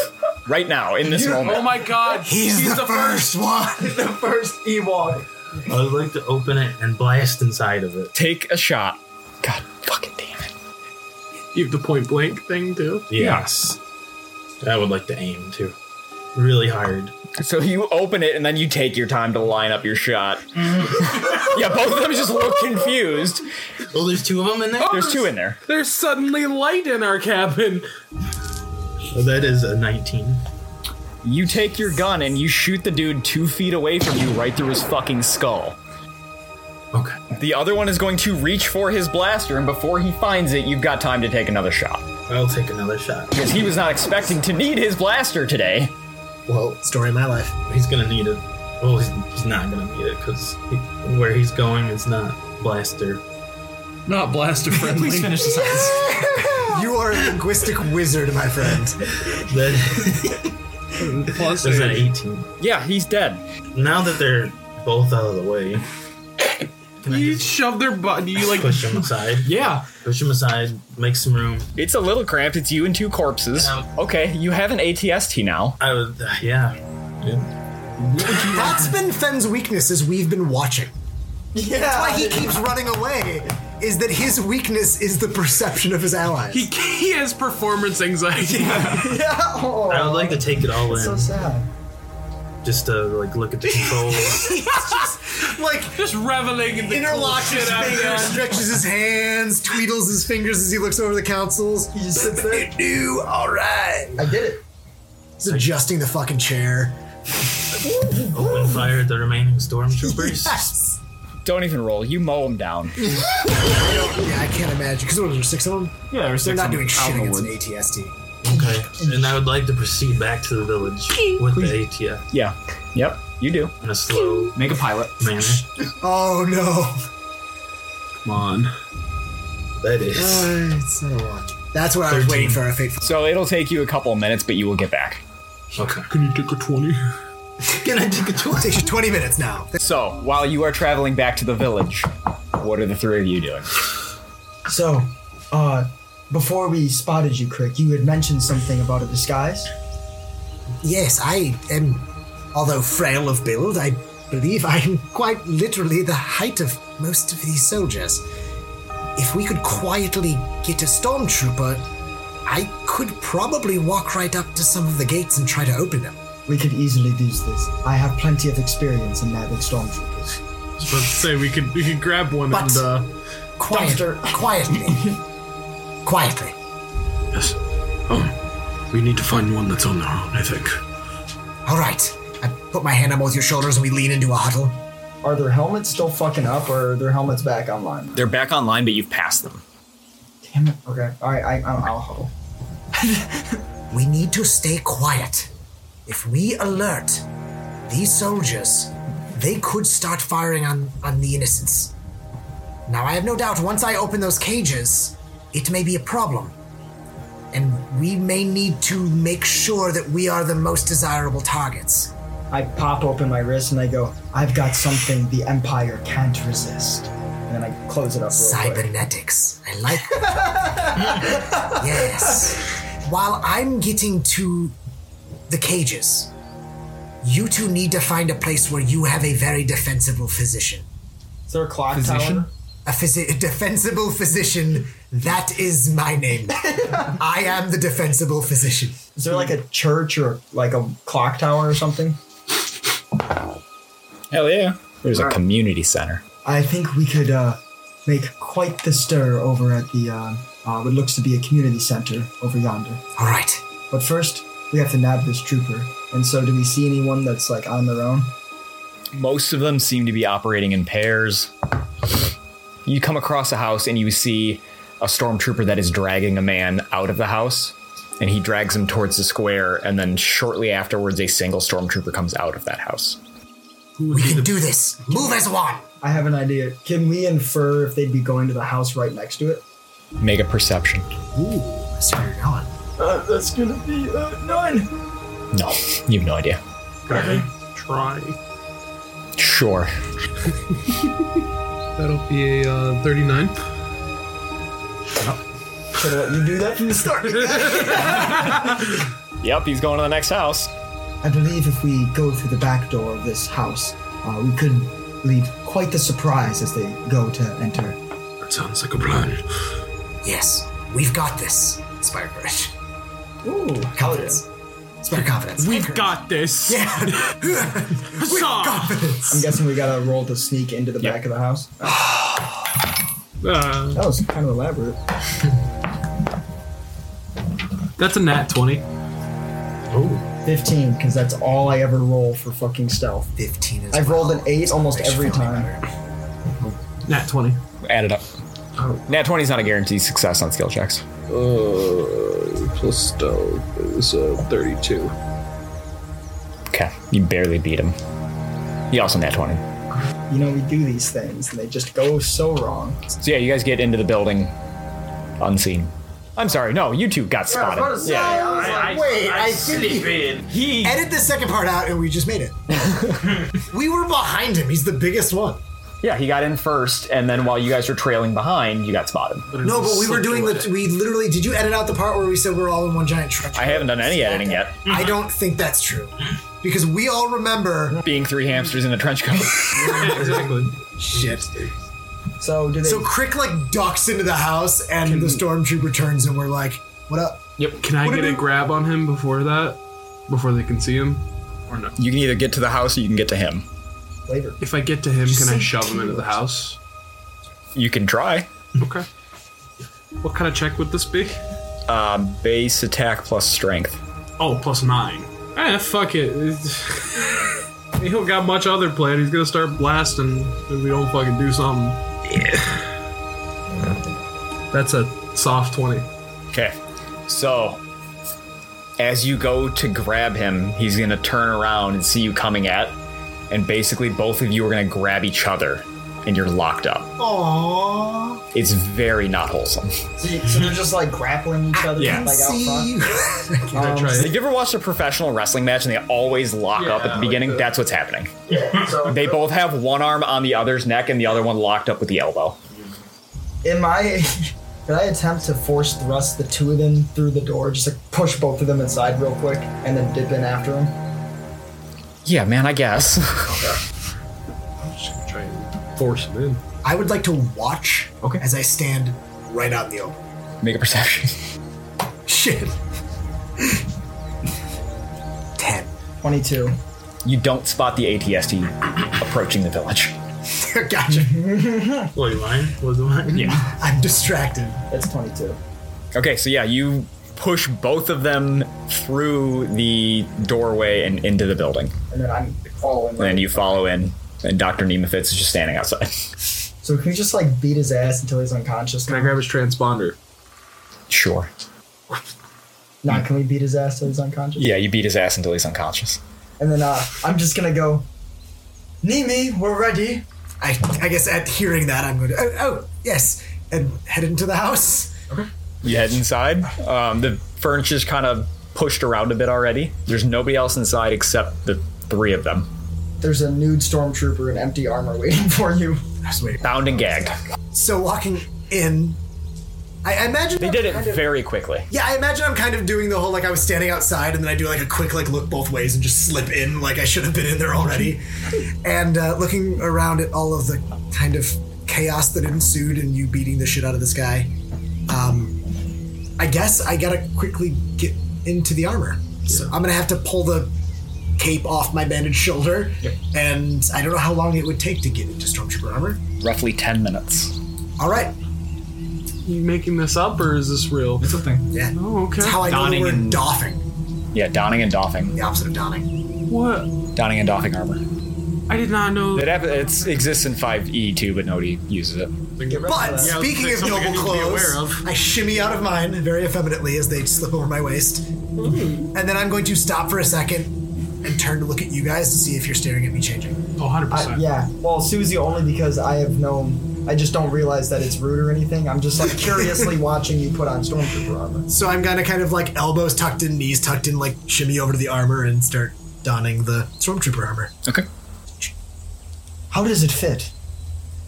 Speaker 1: right now in this moment.
Speaker 6: Oh my god!
Speaker 4: He's, the, first one.
Speaker 3: The first Ewok.
Speaker 5: I would like to open it and blast inside of it.
Speaker 1: Take a shot. God fucking damn it.
Speaker 6: You have the point blank thing too.
Speaker 5: Yes. I would like to aim too. Really hard.
Speaker 1: So you open it and then you take your time to line up your shot.
Speaker 5: Mm-hmm.
Speaker 1: yeah, both of them just look confused.
Speaker 5: Oh, there's two of them in there.
Speaker 1: There's two in there.
Speaker 6: There's suddenly light in our cabin.
Speaker 5: Oh, that is a 19.
Speaker 1: You take your gun and you shoot the dude two feet away from you right through his fucking skull.
Speaker 5: Okay.
Speaker 1: The other one is going to reach for his blaster, and before he finds it, you've got time to take another shot.
Speaker 5: I'll take another shot.
Speaker 1: Because he was not expecting to need his blaster today.
Speaker 4: Well, story of my life.
Speaker 5: He's gonna need it. Well, he's, he's not gonna need it because he, where he's going is not blaster.
Speaker 6: Not blaster friendly.
Speaker 8: Please finish the sentence.
Speaker 4: You are a linguistic wizard, my friend.
Speaker 5: That
Speaker 6: Plus,
Speaker 5: is an 18.
Speaker 1: Yeah, he's dead.
Speaker 5: Now that they're both out of the way, can I
Speaker 6: you
Speaker 5: just
Speaker 6: shove their butt. You like
Speaker 5: push them aside?
Speaker 6: yeah.
Speaker 5: Push them aside. Make some room.
Speaker 1: It's a little cramped. It's you and two corpses. Okay, you have an ATST now.
Speaker 5: I would. uh, yeah. Yeah.
Speaker 4: That's been Fenn's weakness as we've been watching. That's why he keeps running away, is that his weakness is the perception of his allies.
Speaker 6: He, he has performance anxiety.
Speaker 3: Yeah. Oh,
Speaker 5: I would like to take it all in,
Speaker 3: so sad.
Speaker 5: just to like look at the controls.
Speaker 4: He's just like
Speaker 6: Just reveling in the
Speaker 4: interlocks
Speaker 6: cool
Speaker 4: his
Speaker 6: shit out of
Speaker 4: fingers,
Speaker 6: that.
Speaker 4: stretches his hands, tweedles his fingers as he looks over the councils.
Speaker 3: He just sits there.
Speaker 4: Do all right.
Speaker 3: I did it.
Speaker 4: He's adjusting the fucking chair.
Speaker 5: open fire at the remaining stormtroopers.
Speaker 4: Yes.
Speaker 1: Don't even roll. You mow him down.
Speaker 4: Yeah, I can't imagine. Because there were six of them.
Speaker 8: Yeah, there's six
Speaker 4: They're not
Speaker 8: of them
Speaker 4: doing
Speaker 8: out
Speaker 4: shit
Speaker 8: in the
Speaker 4: against
Speaker 8: woods.
Speaker 4: an ATSD.
Speaker 5: Okay. And I would like to proceed back to the village with the ATF
Speaker 1: Yeah. Yep. You do.
Speaker 5: in a slow
Speaker 8: Make a pilot.
Speaker 5: manner.
Speaker 4: Oh no.
Speaker 6: Come on.
Speaker 5: That is.
Speaker 4: Uh, it's not a lot. That's what I was waiting for. A fateful.
Speaker 1: So it'll take you a couple of minutes, but you will get back.
Speaker 5: Okay.
Speaker 6: Can you take a twenty?
Speaker 4: Can I take a tour? It takes you 20 minutes now.
Speaker 1: So while you are traveling back to the village, what are the three of you doing?
Speaker 3: So, uh, before we spotted you, Crick, you had mentioned something about a disguise.
Speaker 4: Yes, I am. Although frail of build, I believe I am quite literally the height of most of these soldiers. If we could quietly get a stormtrooper, I could probably walk right up to some of the gates and try to open them.
Speaker 3: We could easily do this. I have plenty of experience in that with stormtroopers.
Speaker 6: Let's say we could we could grab one
Speaker 4: But-
Speaker 6: and uh,
Speaker 4: Quiet, quietly. quietly.
Speaker 2: Yes. Um, we need to find one that's on their own, I think.
Speaker 4: All right. I put my hand on both your shoulders and we lean into a huddle.
Speaker 3: Are their helmets still fucking up, or are their helmets back online?
Speaker 1: They're back online, but you've passed them.
Speaker 3: Damn it. Okay. All right. I, I'll, I'll huddle.
Speaker 4: We need to stay quiet. If we alert these soldiers, they could start firing on, on the innocents. Now, I have no doubt once I open those cages, it may be a problem. And we may need to make sure that we are the most desirable targets.
Speaker 3: I pop open my wrist and I go, I've got something the Empire can't resist. And then I close it up. Real quick.
Speaker 4: Cybernetics. I like yes. While I'm getting to the cages, you two need to find a place where you have a very defensible physician.
Speaker 3: Is there a clock
Speaker 4: Physician? A physi- defensible physician. That is my name. I am the defensible physician.
Speaker 3: Is there like a church or like a clock tower or something?
Speaker 1: Hell yeah. There's a community center.
Speaker 3: I think we could uh, make quite the stir over at the uh, uh, what looks to be a community center over yonder.
Speaker 4: All right.
Speaker 3: But first, we have to nab this trooper. And so, do we see anyone that's like on their own?
Speaker 1: Most of them seem to be operating in pairs. You come across a house and you see a stormtrooper that is dragging a man out of the house, and he drags him towards the square, and then shortly afterwards, a single stormtrooper comes out of that house.
Speaker 4: We can do this. Move as one.
Speaker 3: I have an idea. Can we infer if they'd be going to the house right next to it?
Speaker 1: Make a perception.
Speaker 4: Ooh, that's where you're going.
Speaker 3: Uh, that's gonna be uh, nine.
Speaker 1: No, you have no idea.
Speaker 6: Okay. Try.
Speaker 1: Sure.
Speaker 6: That'll be a uh, 39.
Speaker 3: Should I let uh, you do that from the start?
Speaker 1: Yep, he's going to the next house.
Speaker 3: I believe if we go through the back door of this house, uh, we could leave quite the surprise as they go to enter.
Speaker 2: That sounds like a plan.
Speaker 4: Yes, we've got this. Inspire courage.
Speaker 3: Ooh,
Speaker 4: confidence. Inspire confidence.
Speaker 6: We've got this.
Speaker 4: Yeah. We've got this.
Speaker 3: I'm guessing we gotta roll to sneak into the back of the house.
Speaker 6: Uh,
Speaker 3: That was kind of elaborate.
Speaker 6: that's a nat 20.
Speaker 5: Oh,
Speaker 3: 15, because that's all I ever roll for fucking stealth.
Speaker 4: 15 is
Speaker 3: I've rolled an 8 almost
Speaker 4: Makes you
Speaker 3: every
Speaker 4: feel
Speaker 3: time.
Speaker 6: Nat 20.
Speaker 1: Add it up. Nat 20 is not a guaranteed success on skill checks.
Speaker 6: Uh, plus stealth is uh, 32.
Speaker 1: Okay, you barely beat him. He also nat 20.
Speaker 3: You know, we do these things and they just go so wrong.
Speaker 1: So yeah, you guys get into the building unseen. I'm sorry, no, you two got spotted.
Speaker 4: I was like, wait, I, think he, he edit the second part out and we just made it. we were behind him. He's the biggest one.
Speaker 1: Yeah, he got in first, and then while you guys were trailing behind, you got spotted.
Speaker 4: No, but we were doing the. We literally. Did you edit out the part where we said we're all in one giant truck?
Speaker 1: I haven't done any editing yet.
Speaker 4: I don't think that's true. Because we all remember.
Speaker 1: Being three hamsters in a trench coat.
Speaker 6: exactly.
Speaker 4: Shit.
Speaker 3: So, do they.
Speaker 4: So Crick, like, ducks into the house and the stormtrooper turns and we're like, what up?
Speaker 6: Yep. Can I
Speaker 4: What
Speaker 6: get
Speaker 4: do
Speaker 6: a
Speaker 4: we-
Speaker 6: grab on him before that? Before they can see him? Or no?
Speaker 1: You can either get to the house or you can get to him.
Speaker 3: later.
Speaker 6: If I get to him,
Speaker 4: Just
Speaker 6: can I
Speaker 4: say
Speaker 6: shove him into the house?
Speaker 1: You can try.
Speaker 6: Okay. What kind of check would this be?
Speaker 1: Uh, base attack plus strength.
Speaker 6: Oh, plus nine. Eh, fuck it. he don't got much other plan. He's gonna start blasting if we don't fucking do something. That's a soft 20.
Speaker 1: Okay. So, as you go to grab him, he's going to turn around and see you coming at, and basically both of you are going to grab each other, and you're locked up.
Speaker 4: Aww.
Speaker 1: It's very not wholesome.
Speaker 3: So, you- so they're just like grappling each other
Speaker 1: Yeah.
Speaker 3: like out front.
Speaker 4: See?
Speaker 6: Can I try
Speaker 1: Have you ever watched a professional wrestling match and they always lock up at the beginning? That's what's happening.
Speaker 3: So
Speaker 1: They both have one arm on the other's neck and the other one locked up with the elbow.
Speaker 3: in my could I attempt to force thrust the two of them through the door, just like push both of them inside real quick, and then dip in after them?
Speaker 1: Yeah, man, I guess.
Speaker 6: Try and force him in.
Speaker 4: I would like to watch
Speaker 1: Okay.
Speaker 4: as I stand right out in the open.
Speaker 1: Make a perception.
Speaker 4: Shit. Ten.
Speaker 3: Twenty-two.
Speaker 1: You don't spot the ATST approaching the village.
Speaker 4: gotcha.
Speaker 5: what, Oh, you lying? Was it lying?
Speaker 1: Yeah.
Speaker 4: I'm distracted.
Speaker 3: That's twenty-two.
Speaker 1: Okay, so yeah, you push both of them through the doorway and into the building.
Speaker 3: And then I'm following.
Speaker 1: And
Speaker 3: Like,
Speaker 1: then you follow in, and Dr. Nemefitz is just standing outside.
Speaker 3: so can we just like beat his ass until he's unconscious?
Speaker 6: Can I grab his transponder?
Speaker 1: Sure.
Speaker 3: Not can we beat his ass till he's unconscious?
Speaker 1: Yeah, you beat his ass until he's unconscious.
Speaker 3: And then uh, I'm just gonna go. Nimi, we're ready.
Speaker 4: I, I guess at hearing that, I'm going to. Oh, oh yes, and head into the house.
Speaker 1: You head inside. Um, the furniture's kind of pushed around a bit already. There's nobody else inside except the three of them.
Speaker 3: There's a nude stormtrooper in empty armor waiting for you.
Speaker 1: Bound and gagged.
Speaker 4: So walking in, I, I imagine
Speaker 1: They did it very quickly.
Speaker 4: Yeah, I imagine I'm kind of doing the whole like I was standing outside and then I do like a quick like look both ways and just slip in like I should have been in there already. and uh, looking around at all of the kind of chaos that ensued and you beating the shit out of this guy, um, I guess I gotta quickly get into the armor. So I'm gonna have to pull the cape off my bandaged shoulder, and I don't know how long it would take to get into stormtrooper armor.
Speaker 1: Roughly 10 minutes.
Speaker 4: All right.
Speaker 6: You making this up or is this real? It's a thing.
Speaker 4: Yeah.
Speaker 6: Oh, okay.
Speaker 4: That's how I know the word doffing.
Speaker 1: Yeah, donning and doffing.
Speaker 4: The opposite of donning.
Speaker 6: What?
Speaker 1: Donning and doffing armor.
Speaker 6: I did not know.
Speaker 1: It hap- it's, exists in 5e too, but nobody uses it.
Speaker 4: But speaking of noble clothes, I shimmy out of mine very effeminately as they slip over my waist. And then I'm going to stop for a second and turn to look at you guys to see if you're staring at me changing.
Speaker 6: Oh, 100%.
Speaker 3: I, Uh, yeah. Well, Susie, only because I have known. I just don't realize that it's rude or anything. I'm just like curiously watching you put on stormtrooper armor.
Speaker 4: So I'm gonna kind of like elbows tucked in, knees tucked in, like shimmy over to the armor and start donning the stormtrooper armor.
Speaker 1: Okay.
Speaker 3: How does it fit?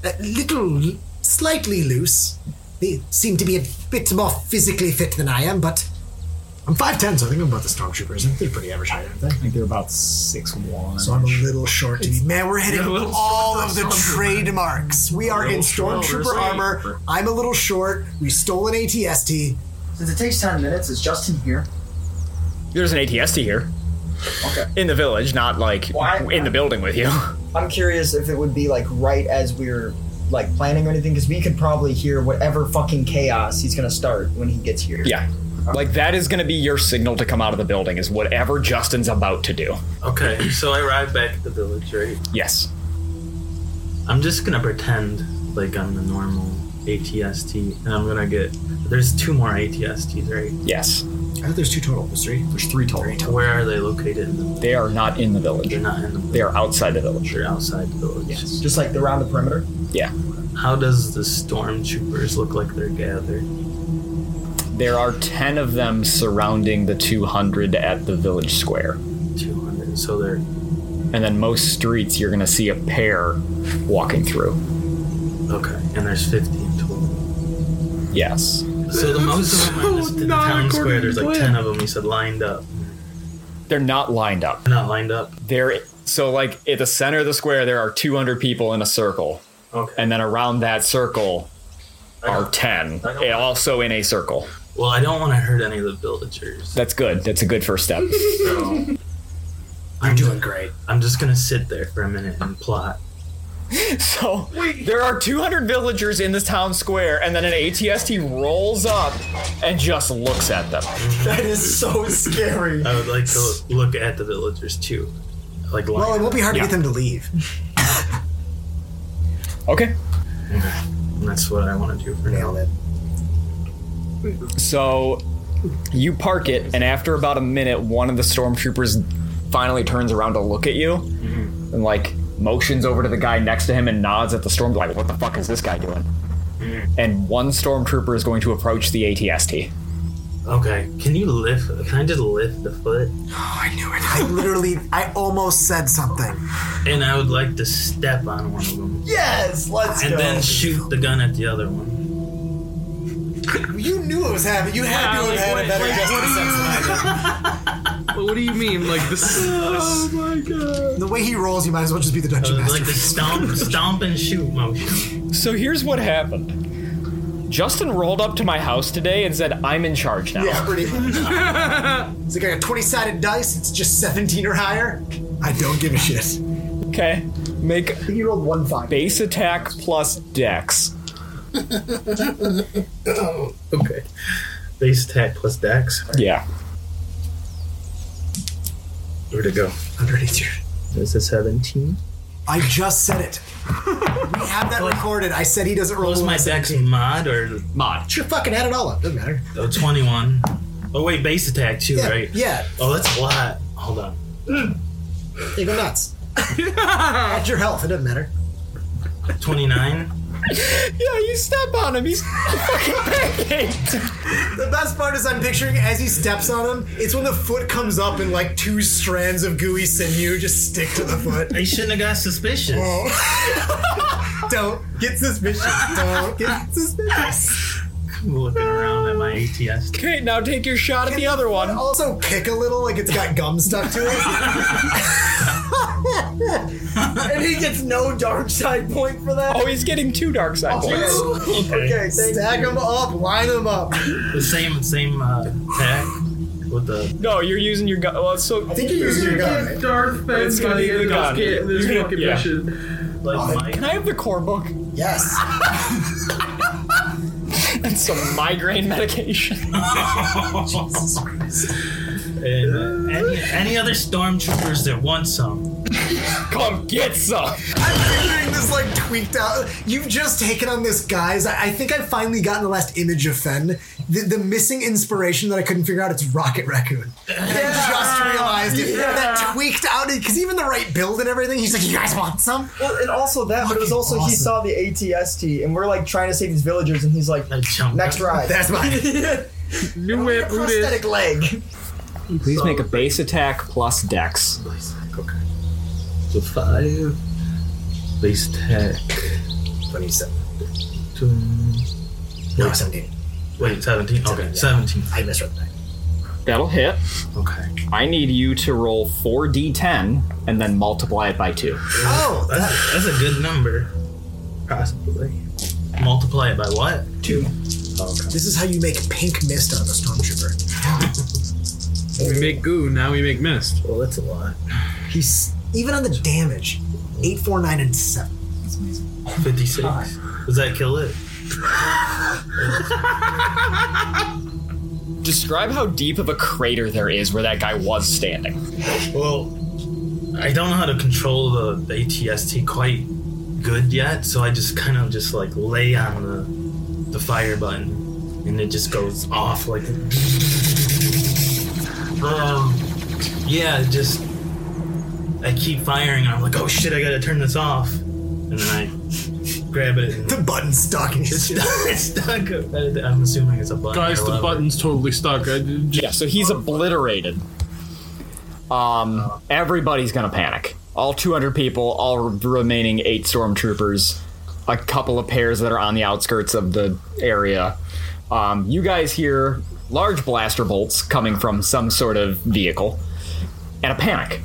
Speaker 4: A little, slightly loose. They seem to be a bit more physically fit than I am, but I'm 5'10, so I think I'm about the stormtroopers. I think they're pretty average height, aren't they? I
Speaker 1: think they're about six one.
Speaker 4: So I'm a little short to be. Man, we're hitting
Speaker 6: You're a little
Speaker 4: all
Speaker 6: short
Speaker 4: of
Speaker 6: for a
Speaker 4: the
Speaker 6: stormtrooper.
Speaker 4: trademarks. We are
Speaker 6: A
Speaker 4: in
Speaker 6: little short for a
Speaker 4: stormtrooper armor.
Speaker 6: stormtrooper.
Speaker 4: I'm a little short. We stole an ATST.
Speaker 3: Since it takes 10 minutes, is Justin here?
Speaker 1: There's an ATST here.
Speaker 3: Okay.
Speaker 1: In the village, not like in the building with you.
Speaker 3: I'm curious if it would be like right as we're like planning or anything, because we could probably hear whatever fucking chaos he's gonna start when he gets here.
Speaker 1: Yeah. Like that is going to be your signal to come out of the building is whatever Justin's about to do.
Speaker 5: Okay, so I arrive back at the village, right?
Speaker 1: Yes.
Speaker 5: I'm just gonna pretend like I'm the normal ATST, and I'm gonna get. There's two more ATSTs, right?
Speaker 1: Yes.
Speaker 4: I thought there's two total. There's three.
Speaker 1: There's three
Speaker 6: Oh,
Speaker 1: total.
Speaker 5: Where are they located?
Speaker 1: They are not in the village.
Speaker 5: They're not in the
Speaker 1: They are outside the village.
Speaker 5: They're outside the village. Yes.
Speaker 3: Just like around the perimeter.
Speaker 1: Yeah.
Speaker 5: How does the stormtroopers look like they're gathered?
Speaker 1: There are 10 of them surrounding the 200 at the village square.
Speaker 5: 200. So they're
Speaker 1: And then most streets you're going to see a pair walking through.
Speaker 5: Okay. And there's 50 in total.
Speaker 1: Yes.
Speaker 5: So the most of them are just in the
Speaker 6: Oh, not
Speaker 5: town
Speaker 6: according
Speaker 5: square.
Speaker 6: to
Speaker 5: There's like
Speaker 6: plan.
Speaker 5: 10 of them. You said lined up.
Speaker 1: They're not lined up.
Speaker 5: Not lined up.
Speaker 1: They're so like at the center of the square there are 200 people in a circle.
Speaker 5: Okay.
Speaker 1: And then around that circle are 10 also in a circle.
Speaker 5: Well, I don't want to hurt any of the villagers.
Speaker 1: That's good. That's a good first step.
Speaker 5: So I'm doing great. I'm just gonna sit there for a minute and plot.
Speaker 1: So there are 200 villagers in the town square, and then an ATST rolls up and just looks at them.
Speaker 4: That is so scary.
Speaker 5: I would like to look at the villagers too. Like line
Speaker 4: Well, it won't be hard
Speaker 5: up.
Speaker 4: to get them to leave.
Speaker 1: Okay.
Speaker 5: And that's what I want to do for now.
Speaker 1: So you park it, and after about a minute, one of the stormtroopers finally turns around to look at you and like motions over to the guy next to him and nods at the storm like, "What the fuck is this guy doing?" And one stormtrooper is going to approach the ATST.
Speaker 5: Okay. Can you lift? Can I just lift the foot?
Speaker 4: I knew it. I literally, I almost said something.
Speaker 5: And I would like to step on one of them.
Speaker 4: Yes, let's
Speaker 5: and then shoot the gun at the other one.
Speaker 4: you knew it was happening. You had to have had a better guess than I
Speaker 6: what do you mean? Like this is. Oh my god.
Speaker 4: did. The way he rolls, you might as well just be the dungeon
Speaker 5: I would
Speaker 4: master.
Speaker 5: Uh, like the stomp, stomp and shoot motion.
Speaker 1: So here's what happened. Justin rolled up to my house today and said, "I'm in charge now."
Speaker 4: Yeah, pretty much. it's like I got 20 sided dice, it's just 17 or higher. I don't give a shit.
Speaker 1: Okay. Make
Speaker 4: He rolled one five.
Speaker 1: base attack plus dex.
Speaker 5: Okay. Base attack plus dex.
Speaker 1: Yeah.
Speaker 5: Where'd it go?
Speaker 4: Underneath you.
Speaker 5: Is it 17?
Speaker 4: I just said it. we have that recorded. I said he doesn't roll.
Speaker 5: Was my
Speaker 4: below
Speaker 5: dex mod or
Speaker 1: Mod.
Speaker 4: Sure, fucking add it all up. Doesn't matter.
Speaker 5: Oh, 21. Oh, wait, base attack too,
Speaker 4: Yeah,
Speaker 5: right?
Speaker 4: yeah.
Speaker 5: Oh, that's a lot. Hold on.
Speaker 4: They go nuts. add your health. It doesn't matter.
Speaker 5: 29.
Speaker 1: yeah, you step on him. He's fucking
Speaker 4: The best part is I'm picturing as he steps on him, it's when the foot comes up and like two strands of gooey sinew just stick to the foot.
Speaker 5: I shouldn't have got suspicious.
Speaker 4: Don't get suspicious. Don't get suspicious.
Speaker 5: I'm looking around at my ATS.
Speaker 1: Okay, now take your shot at the other one.
Speaker 4: Also kick a little like it's got gum stuck to it.
Speaker 3: and he gets no dark side point for that.
Speaker 1: Oh, he's getting two dark side
Speaker 3: points. okay,
Speaker 4: Stack them up, line them up.
Speaker 5: The same, same uh, tech with the.
Speaker 1: No, you're using your gun. Well, so I
Speaker 4: think you're using your gun.
Speaker 6: Darth
Speaker 1: It's gonna be the gun. Yeah. Yeah.
Speaker 5: Like my,
Speaker 1: Can I have the core book
Speaker 4: Yes.
Speaker 1: and some migraine medication?
Speaker 5: and, uh, any, any other stormtroopers that want some.
Speaker 1: Come get some.
Speaker 4: I'm picturing this like tweaked out. You've just taken on this guy's. I I think I've finally gotten the last image of Fenn. The, the missing inspiration that I couldn't figure out it's Rocket Raccoon. And I just realized it. That tweaked out because even the right build and everything. He's like, you guys want some?
Speaker 3: Well, and also that, but it was
Speaker 4: Fucking
Speaker 3: also he
Speaker 4: awesome.
Speaker 3: saw the ATST, and we're like trying to save these villagers, and he's like,
Speaker 5: I jump.
Speaker 3: next ride.
Speaker 4: That's mine.
Speaker 6: New whip, who dis-
Speaker 4: Prosthetic leg.
Speaker 1: Please make a base attack plus dex.
Speaker 5: Okay. So five. Base tech.
Speaker 4: 27.
Speaker 5: Two.
Speaker 4: No, 17.
Speaker 5: Wait, 17? Okay, 17.
Speaker 4: I misread that.
Speaker 1: That'll hit.
Speaker 5: Okay.
Speaker 1: I need you to roll 4d10 and then multiply it by 2.
Speaker 4: Oh,
Speaker 5: That's
Speaker 4: that,
Speaker 5: a, that's a good number. Possibly. Multiply it by what?
Speaker 4: two. This is how you make pink mist out of a stormtrooper.
Speaker 6: We make goo, now we make mist.
Speaker 5: Well, that's a lot.
Speaker 4: He's even on the damage. Eight, four, nine, and seven.
Speaker 5: 56. Does that kill it?
Speaker 1: Describe how deep of a crater there is where that guy was standing.
Speaker 5: Well, I don't know how to control the, the ATST quite good yet, so I just kind of just like lay on the the fire button, and it just goes off like. um, yeah, it just I keep firing, and I'm like, oh shit, I gotta turn this off, and then I grab it. And
Speaker 4: The button's stuck in
Speaker 5: it's
Speaker 4: his
Speaker 5: stuck. It's stuck. I'm assuming it's a button.
Speaker 6: Guys,
Speaker 5: or
Speaker 6: the
Speaker 5: lever.
Speaker 6: button's totally stuck. I did-
Speaker 1: Yeah, so he's obliterated. Um, everybody's gonna panic. All 200 people, all remaining eight stormtroopers, a couple of pairs that are on the outskirts of the area. Um, you guys hear large blaster bolts coming from some sort of vehicle, and a panic.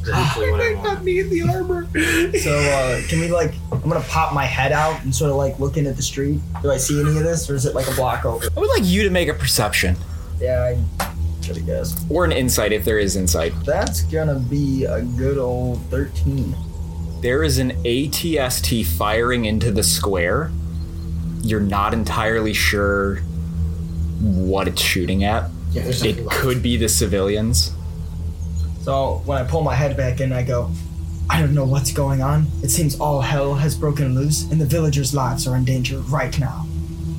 Speaker 5: Exactly what I want.
Speaker 3: so uh, can we like? I'm gonna pop my head out and sort of like looking at the street. Do I see any of this, or is it like a block over?
Speaker 1: I would like you to make a perception
Speaker 3: Yeah, I should have guessed.
Speaker 1: or an insight if there is insight.
Speaker 3: That's gonna be a good old 13.
Speaker 1: There is an ATST firing into the square. You're not entirely sure what it's shooting at.
Speaker 4: Yeah, there's
Speaker 1: It could be the civilians.
Speaker 3: So when I pull my head back in, I go, I don't know what's going on. It seems all hell has broken loose, and the villagers' lives are in danger right now.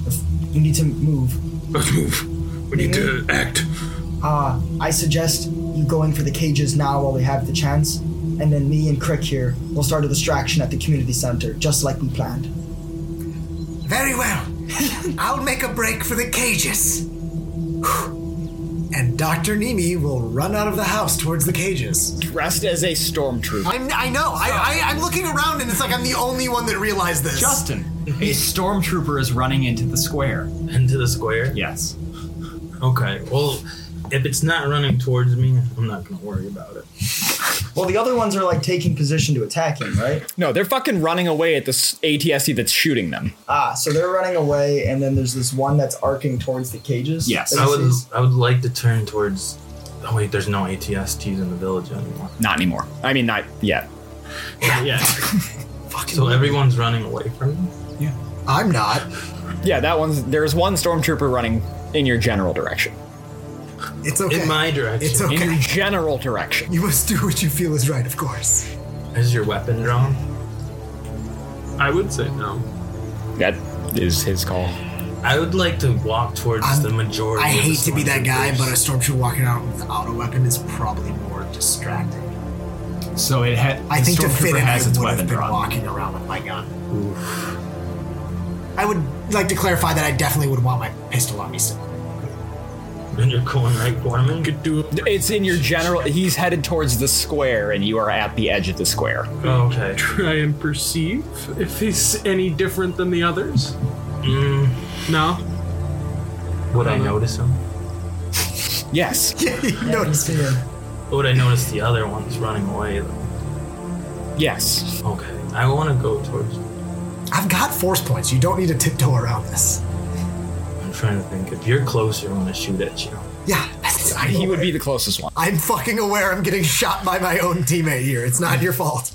Speaker 3: If- We need to move.
Speaker 2: Let's move. We need to act.
Speaker 3: Uh, I suggest you go in for the cages now while we have the chance, and then me and Crick here will start a distraction at the community center, just like we planned.
Speaker 4: Very well. I'll make a break for the cages. And Dr. Nimi will run out of the house towards the cages.
Speaker 1: Dressed as a stormtrooper.
Speaker 4: I'm, I know. I, I, I'm looking around and it's like I'm the only one that realized this.
Speaker 8: Justin, a stormtrooper is running into the square.
Speaker 5: Into the square.
Speaker 8: Yes.
Speaker 5: Okay. Well, if it's not running towards me, I'm not gonna worry about it.
Speaker 3: Well, the other ones are like taking position to attack him, right?
Speaker 1: No, they're fucking running away at this ATST that's shooting them.
Speaker 3: Ah, so they're running away, and then there's this one that's arcing towards the cages.
Speaker 1: Yes.
Speaker 3: that
Speaker 5: I
Speaker 3: he
Speaker 5: would.
Speaker 3: sees.
Speaker 5: I would like to turn towards. Oh wait, there's no ATSTs in the village anymore.
Speaker 1: Not anymore. I mean, not yet.
Speaker 5: yeah. so everyone's running away from me.
Speaker 4: I'm not.
Speaker 1: Yeah, that one's. There's one stormtrooper running in your general direction.
Speaker 4: It's okay.
Speaker 5: In my direction.
Speaker 4: it's
Speaker 1: In your
Speaker 4: okay.
Speaker 1: general direction.
Speaker 4: You must do what you feel is right, of course.
Speaker 5: Is your weapon drawn?
Speaker 6: I would say no.
Speaker 1: That is his call.
Speaker 5: I would like to walk towards
Speaker 4: I'm-
Speaker 5: the majority.
Speaker 4: I
Speaker 5: of the
Speaker 4: hate to be that guy,
Speaker 5: stormtroopers.
Speaker 4: but a stormtrooper walking out without a weapon is probably more distracting.
Speaker 12: So it had.
Speaker 4: I think to fit in, I
Speaker 12: has its
Speaker 4: would
Speaker 12: weapon
Speaker 4: have been
Speaker 12: drawn.
Speaker 4: walking around with my gun. I would like to clarify that I definitely would want my pistol on me still.
Speaker 5: And you're going right for him. Could do.
Speaker 1: It's in your general. He's headed towards the square, and you are at the edge of the square.
Speaker 5: Oh, Okay.
Speaker 6: Try and perceive if he's any different than the others. No.
Speaker 5: Would I notice him?
Speaker 1: Yes.
Speaker 4: notice
Speaker 5: him. Would I notice the other ones running away? Though?
Speaker 1: Yes.
Speaker 5: Okay. I want to go towards.
Speaker 4: I've got force points. You don't need to tiptoe around this.
Speaker 5: I'm trying to think. If you're closer, I'm gonna shoot at you.
Speaker 4: Yeah,
Speaker 1: He would be the closest one.
Speaker 4: I'm fucking aware I'm getting shot by my own teammate here. It's not your fault.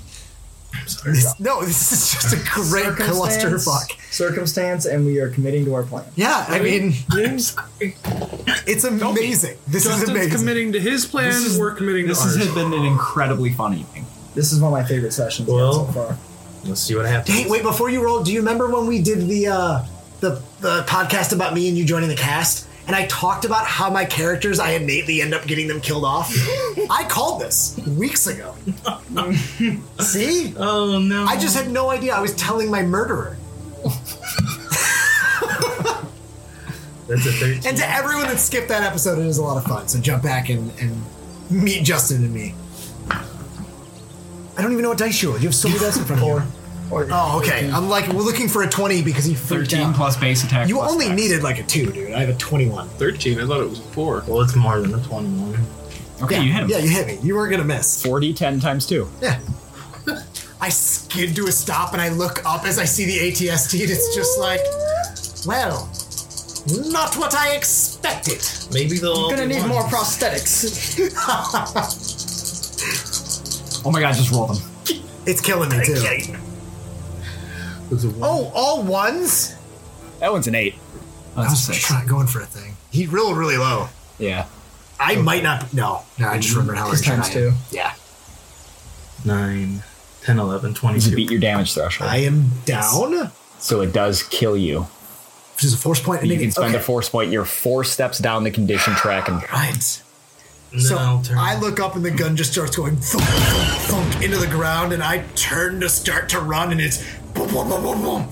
Speaker 4: This- no, this is just a great
Speaker 3: Circumstance-
Speaker 4: clusterfuck.
Speaker 3: Circumstance, and we are committing to our plan.
Speaker 4: Yeah, I mean, it's amazing. This
Speaker 3: Justin's
Speaker 4: is amazing.
Speaker 6: committing to his plan.
Speaker 3: This is-
Speaker 6: we're committing
Speaker 12: This
Speaker 6: to ours.
Speaker 12: has been an incredibly fun evening.
Speaker 3: This is one of my favorite sessions yet so far.
Speaker 5: Let's see what happens.
Speaker 4: Hey, wait, before you roll, do you remember when we did the uh the, the podcast about me and you joining the cast? And I talked about how my characters I innately end up getting them killed off. I called this weeks ago. See?
Speaker 5: Oh no.
Speaker 4: I just had no idea. I was telling my murderer.
Speaker 5: That's a 13.
Speaker 4: And to everyone that skipped that episode, it is a lot of fun. So jump back and, and meet Justin and me. I don't even know what dice you rolled. You have so many dice in front of you. oh, okay. I'm like, we're looking for a 20 because he freaked
Speaker 12: 13
Speaker 4: out.
Speaker 12: plus base attack.
Speaker 4: You
Speaker 12: plus
Speaker 4: only
Speaker 12: dex.
Speaker 4: needed like a two, dude. I have a twenty-one.
Speaker 6: Thirteen. I thought it was a four.
Speaker 5: Well, it's more than a twenty-one.
Speaker 12: Okay,
Speaker 4: yeah,
Speaker 12: you hit him.
Speaker 4: Yeah, you hit me. You weren't gonna miss.
Speaker 1: 4d 10 times 2.
Speaker 4: Yeah. I skid to a stop and I look up as I see the ATST, and it's just like, well, not what I expected.
Speaker 5: Maybe they'll. all
Speaker 4: I'm gonna
Speaker 5: be
Speaker 4: need
Speaker 5: one.
Speaker 4: more prosthetics.
Speaker 12: Oh my god, just roll them.
Speaker 4: it's killing me too. Oh, all ones?
Speaker 1: That one's an 8.
Speaker 12: Oh, that's a
Speaker 4: I was
Speaker 12: six.
Speaker 4: trying, going for a thing. He rolled really low.
Speaker 1: Yeah.
Speaker 4: I might not. No, no. I just remembered how
Speaker 3: His
Speaker 4: urgent
Speaker 3: times
Speaker 4: I am.
Speaker 3: two.
Speaker 4: Yeah.
Speaker 5: 9, 10, 11,
Speaker 1: Does
Speaker 5: 22.
Speaker 1: it beat your damage threshold?
Speaker 4: I am down.
Speaker 1: So it does kill you.
Speaker 4: Which is a force point.
Speaker 1: You
Speaker 4: Maybe-
Speaker 1: can spend
Speaker 4: okay.
Speaker 1: a force point. You're four steps down the condition track and
Speaker 4: Right. So I look up and the gun just starts going thunk, thunk, thunk into the ground, and I turn to start to run, and it's boom, boom, boom, boom, boom.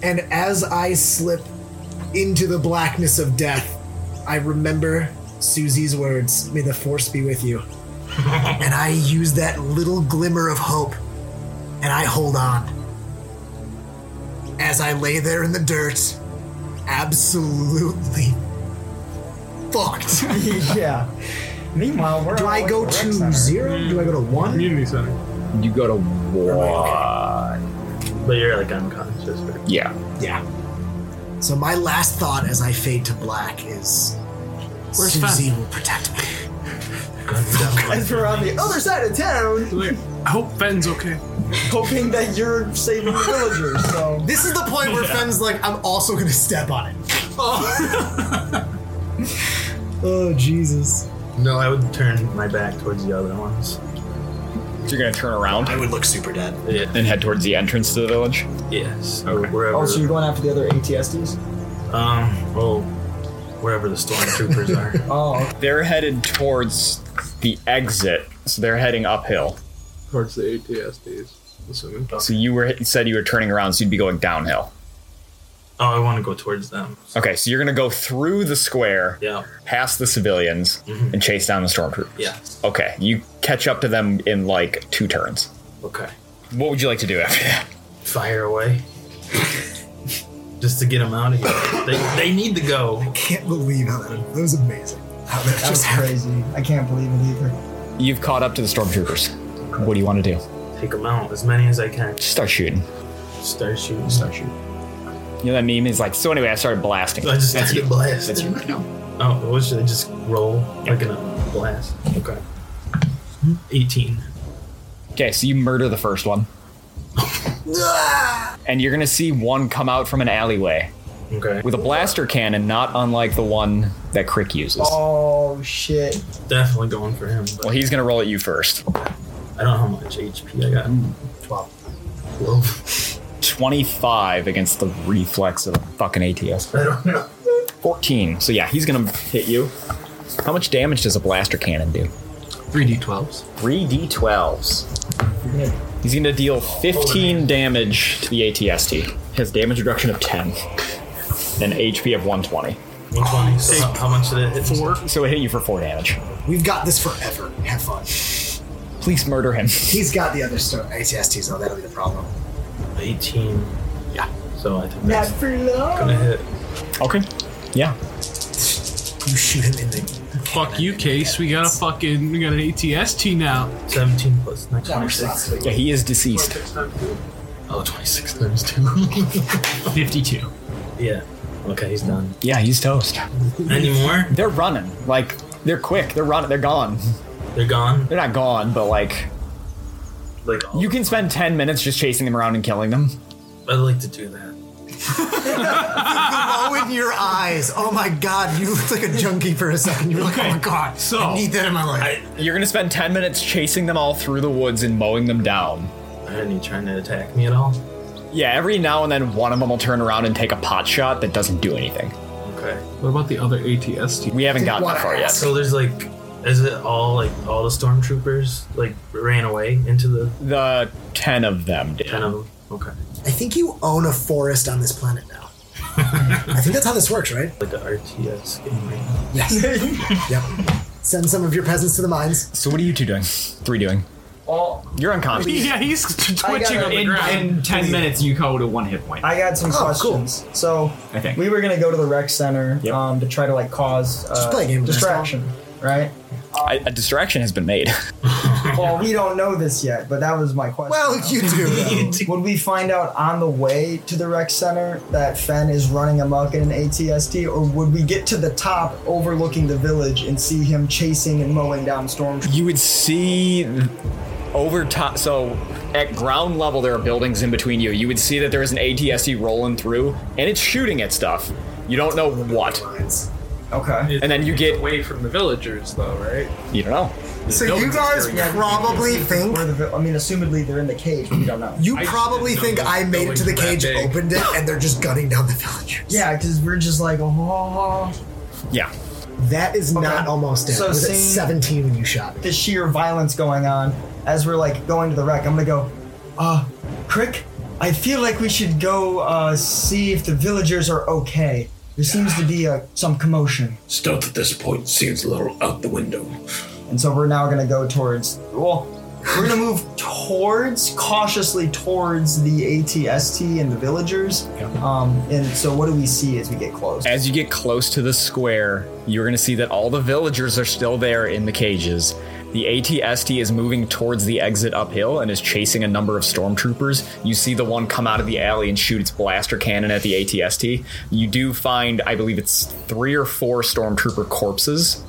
Speaker 4: And as I slip into the blackness of death, I remember Susie's words, "May the force be with you," and I use that little glimmer of hope, and I hold on. As I lay there in the dirt, absolutely fucked.
Speaker 3: yeah. Meanwhile, we're
Speaker 4: Do
Speaker 3: all
Speaker 4: I
Speaker 3: at
Speaker 4: go
Speaker 3: the rec
Speaker 4: to
Speaker 3: center.
Speaker 4: zero? Do I go to one?
Speaker 6: Community center.
Speaker 1: you go to one.
Speaker 5: But you're like unconscious. Right?
Speaker 1: Yeah.
Speaker 4: Yeah. So my last thought as I fade to black is
Speaker 6: Where's
Speaker 4: Susie will protect me.
Speaker 3: And we're on the other side of town,
Speaker 6: Like, I hope Fen's okay.
Speaker 3: hoping that you're saving the villagers. So
Speaker 4: This is the point where
Speaker 6: Yeah.
Speaker 4: Fem's like, I'm also gonna step on it. oh Jesus.
Speaker 5: No, I would turn my back towards the other ones.
Speaker 1: So you're going to turn around
Speaker 4: I would look super dead.
Speaker 5: Yeah.
Speaker 1: and head towards the entrance to the village.
Speaker 5: Yes.
Speaker 1: Okay.
Speaker 5: Wherever.
Speaker 3: Oh, so you're going after the other ATSDs?
Speaker 5: um. Oh. Wherever the stormtroopers are.
Speaker 3: Oh,
Speaker 1: They're headed towards the exit. So they're heading uphill.
Speaker 6: Towards the ATSDs. Assuming.
Speaker 1: So you were you said you were turning around, so you'd be going downhill.
Speaker 5: Oh, I want to go towards them.
Speaker 1: Okay, so you're going to go through the square,
Speaker 5: Yeah.
Speaker 1: past the civilians, and chase down the stormtroopers.
Speaker 5: Mm-hmm. Yeah.
Speaker 1: Okay, you catch up to them in like two turns.
Speaker 5: Okay.
Speaker 1: What would you like to do after that?
Speaker 5: Fire away. Just to get them out of here. They, they need to go.
Speaker 4: Can't believe how that, that was amazing. How that,
Speaker 3: that was
Speaker 4: just happened.
Speaker 3: crazy. I can't believe it either.
Speaker 1: You've caught up to the stormtroopers. What do you want to do?
Speaker 5: Take them out as many as I can.
Speaker 1: Just start shooting.
Speaker 5: Start shooting.
Speaker 1: Start shooting. You know that meme is like. So anyway, I started blasting.
Speaker 5: So I just
Speaker 1: That's
Speaker 5: started
Speaker 1: you.
Speaker 5: blasting.
Speaker 1: That's you right now.
Speaker 5: Oh, what should I just roll? Like in a blast. Okay. 18.
Speaker 1: Okay, so you murder the first one, and you're gonna see one come out from an alleyway
Speaker 5: Okay.
Speaker 1: with a blaster cannon, not unlike the one that Crick uses.
Speaker 3: Oh shit.
Speaker 5: Definitely going for him. But
Speaker 1: Well, he's gonna roll at you first.
Speaker 5: I don't know how much HP I got.
Speaker 1: Mm.
Speaker 4: 12.
Speaker 5: 12.
Speaker 1: Twenty-five against the reflex of a fucking ATS.
Speaker 5: I don't know.
Speaker 1: Fourteen. So yeah, he's gonna hit you. How much damage does a blaster cannon do?
Speaker 6: Three d12s.
Speaker 1: Three d12s. He's going to deal 15 damage to the ATST. His damage reduction of 10, and HP of 120.
Speaker 5: 120. so how, how much did it hit? Four.
Speaker 1: So it hit you for four damage.
Speaker 4: We've got this forever. Have fun.
Speaker 1: Please murder him.
Speaker 4: He's got the other stuff. ATSTs, though. That'll be the problem.
Speaker 5: 18.
Speaker 1: Yeah.
Speaker 5: So I think
Speaker 4: Not
Speaker 5: that's
Speaker 4: for
Speaker 5: gonna hit.
Speaker 1: Okay. Yeah.
Speaker 4: You shoot him in the.
Speaker 6: Fuck you, Case. We got a fucking. We got an ATST now.
Speaker 5: 17 plus 9.
Speaker 1: Yeah, he is deceased.
Speaker 5: Oh, 26 times 2.
Speaker 12: 52.
Speaker 5: Yeah. Okay, he's done.
Speaker 1: Yeah, he's toast.
Speaker 5: Anymore?
Speaker 1: They're running. Like, they're quick. They're running. They're gone.
Speaker 5: They're gone?
Speaker 1: They're not gone, but like.
Speaker 5: Like,
Speaker 1: You can spend 10 minutes just chasing them around and killing them.
Speaker 5: I'd like to do that.
Speaker 4: the glow in your eyes. Oh my god, you looked like a junkie for a second. You were like, oh my god, so I need that in my life.
Speaker 1: You're gonna spend 10 minutes chasing them all through the woods and mowing them down.
Speaker 5: Are you trying to attack me at all?
Speaker 1: Yeah, every now and then one of them will turn around and take a pot shot that doesn't do anything.
Speaker 5: Okay.
Speaker 6: What about the other ATST?
Speaker 1: We haven't gotten that far yet.
Speaker 5: So there's like, is it all like all the stormtroopers like ran away into the?
Speaker 1: The ten of them did.
Speaker 5: Ten of them. Okay.
Speaker 4: I think you own a forest on this planet now. I think that's how this works, right?
Speaker 5: Like the RTS game. Right?
Speaker 4: Yes. yep. Send some of your peasants to the mines.
Speaker 1: So what are you two doing? Three doing?
Speaker 3: All
Speaker 1: You're unconscious.
Speaker 6: Yeah, he's twitching on the
Speaker 12: in,
Speaker 6: ground.
Speaker 12: in 10 minutes, you go to one hit point.
Speaker 3: I got some
Speaker 12: Oh, cool.
Speaker 3: questions. So
Speaker 12: I think.
Speaker 3: we were gonna go to the rec center um, to try to like cause uh,
Speaker 4: Just play a game of
Speaker 3: distraction, right?
Speaker 1: I, a distraction has been made.
Speaker 3: well, we don't know this yet, but that was my question.
Speaker 4: Well, you do.
Speaker 3: Would we find out on the way to the rec center that Fen is running amok in an ATST, or would we get to the top overlooking the village and see him chasing and mowing down storms?
Speaker 1: you would see over top. So at ground level, there are buildings in between you. You would see that there is an ATST rolling through, and it's shooting at stuff. You don't know what.
Speaker 3: Okay.
Speaker 1: And then you get.
Speaker 6: Away from the villagers, though, right?
Speaker 1: You don't know.
Speaker 4: So you guys probably think
Speaker 3: Where the, vi- I mean, assumedly they're in the cage, but we don't know.
Speaker 4: you probably think
Speaker 6: know
Speaker 4: I
Speaker 6: this
Speaker 4: made it to the
Speaker 6: building's that
Speaker 4: cage,
Speaker 6: big.
Speaker 4: opened it, and they're just gunning down the villagers.
Speaker 3: Yeah, because we're just like, oh,
Speaker 1: Yeah.
Speaker 4: That is not almost it.
Speaker 3: So
Speaker 4: was it
Speaker 3: seeing-
Speaker 4: 17 when you shot me?
Speaker 3: the sheer violence going on as we're like going to the wreck. I'm gonna go, uh, Crick, I feel like we should go uh, see if the villagers are okay. There seems to be uh, some commotion.
Speaker 2: Stealth at this point seems a little out the window.
Speaker 3: And so we're now gonna go towards, well, we're gonna move towards, cautiously towards the ATST and the villagers. Um, and so what do we see as we get close?
Speaker 1: As you get close to the square, you're going to see that all the villagers are still there in the cages. The ATST is moving towards the exit uphill and is chasing a number of stormtroopers. You see the one come out of the alley and shoot its blaster cannon at the ATST. You do find, I believe it's three or four stormtrooper corpses.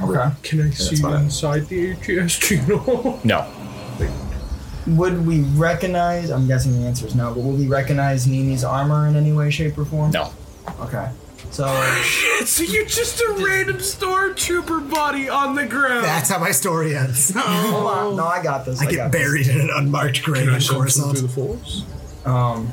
Speaker 3: Okay.
Speaker 6: Can I see
Speaker 1: about it.
Speaker 6: inside the ATST? No.
Speaker 1: No.
Speaker 3: Would we recognize? I'm guessing the answer is no, but would we recognize Nini's armor in any way, shape, or form?
Speaker 1: No.
Speaker 3: Okay. So
Speaker 6: so you're just a random stormtrooper body on the ground.
Speaker 4: That's how my story ends.
Speaker 3: hold on. No, I got this.
Speaker 4: I
Speaker 3: I,
Speaker 4: get
Speaker 3: got
Speaker 4: buried in an unmarked grave
Speaker 6: Can I
Speaker 4: in
Speaker 6: shove them through
Speaker 4: Coruscant.
Speaker 6: the force?
Speaker 3: This. Um.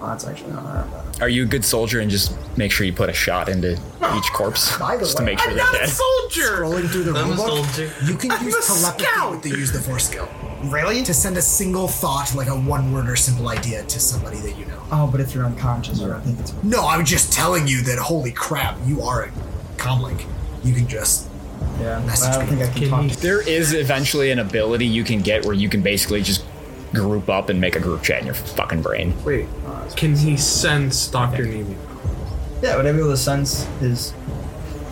Speaker 3: oh, that's actually not that
Speaker 1: Are you a good soldier and just make sure you put a shot into each corpse
Speaker 3: By the
Speaker 1: just to
Speaker 3: way,
Speaker 1: make sure they're dead?
Speaker 6: soldier.
Speaker 4: Rolling through the
Speaker 5: I'm a
Speaker 4: rulebook,
Speaker 5: soldier.
Speaker 4: you can
Speaker 6: I'm
Speaker 4: use
Speaker 6: a
Speaker 4: telepathy
Speaker 6: scout.
Speaker 4: to use the force skill.
Speaker 3: bad. Really?
Speaker 4: to send a single thought, like a one word or simple idea to somebody that you know.
Speaker 3: Oh, but if you're unconscious, I don't think it's.
Speaker 4: No, I'm just telling you that holy crap, you are a comlink. You can just
Speaker 3: Yeah.
Speaker 4: Message
Speaker 3: I don't think I can,
Speaker 5: Can
Speaker 3: talk.
Speaker 5: you-
Speaker 3: to-
Speaker 1: There is eventually an ability you can get where you can basically just group up and make a group chat in your fucking brain.
Speaker 6: Wait, can he sense Doctor Nemi?
Speaker 3: Yeah, would I be able to sense his?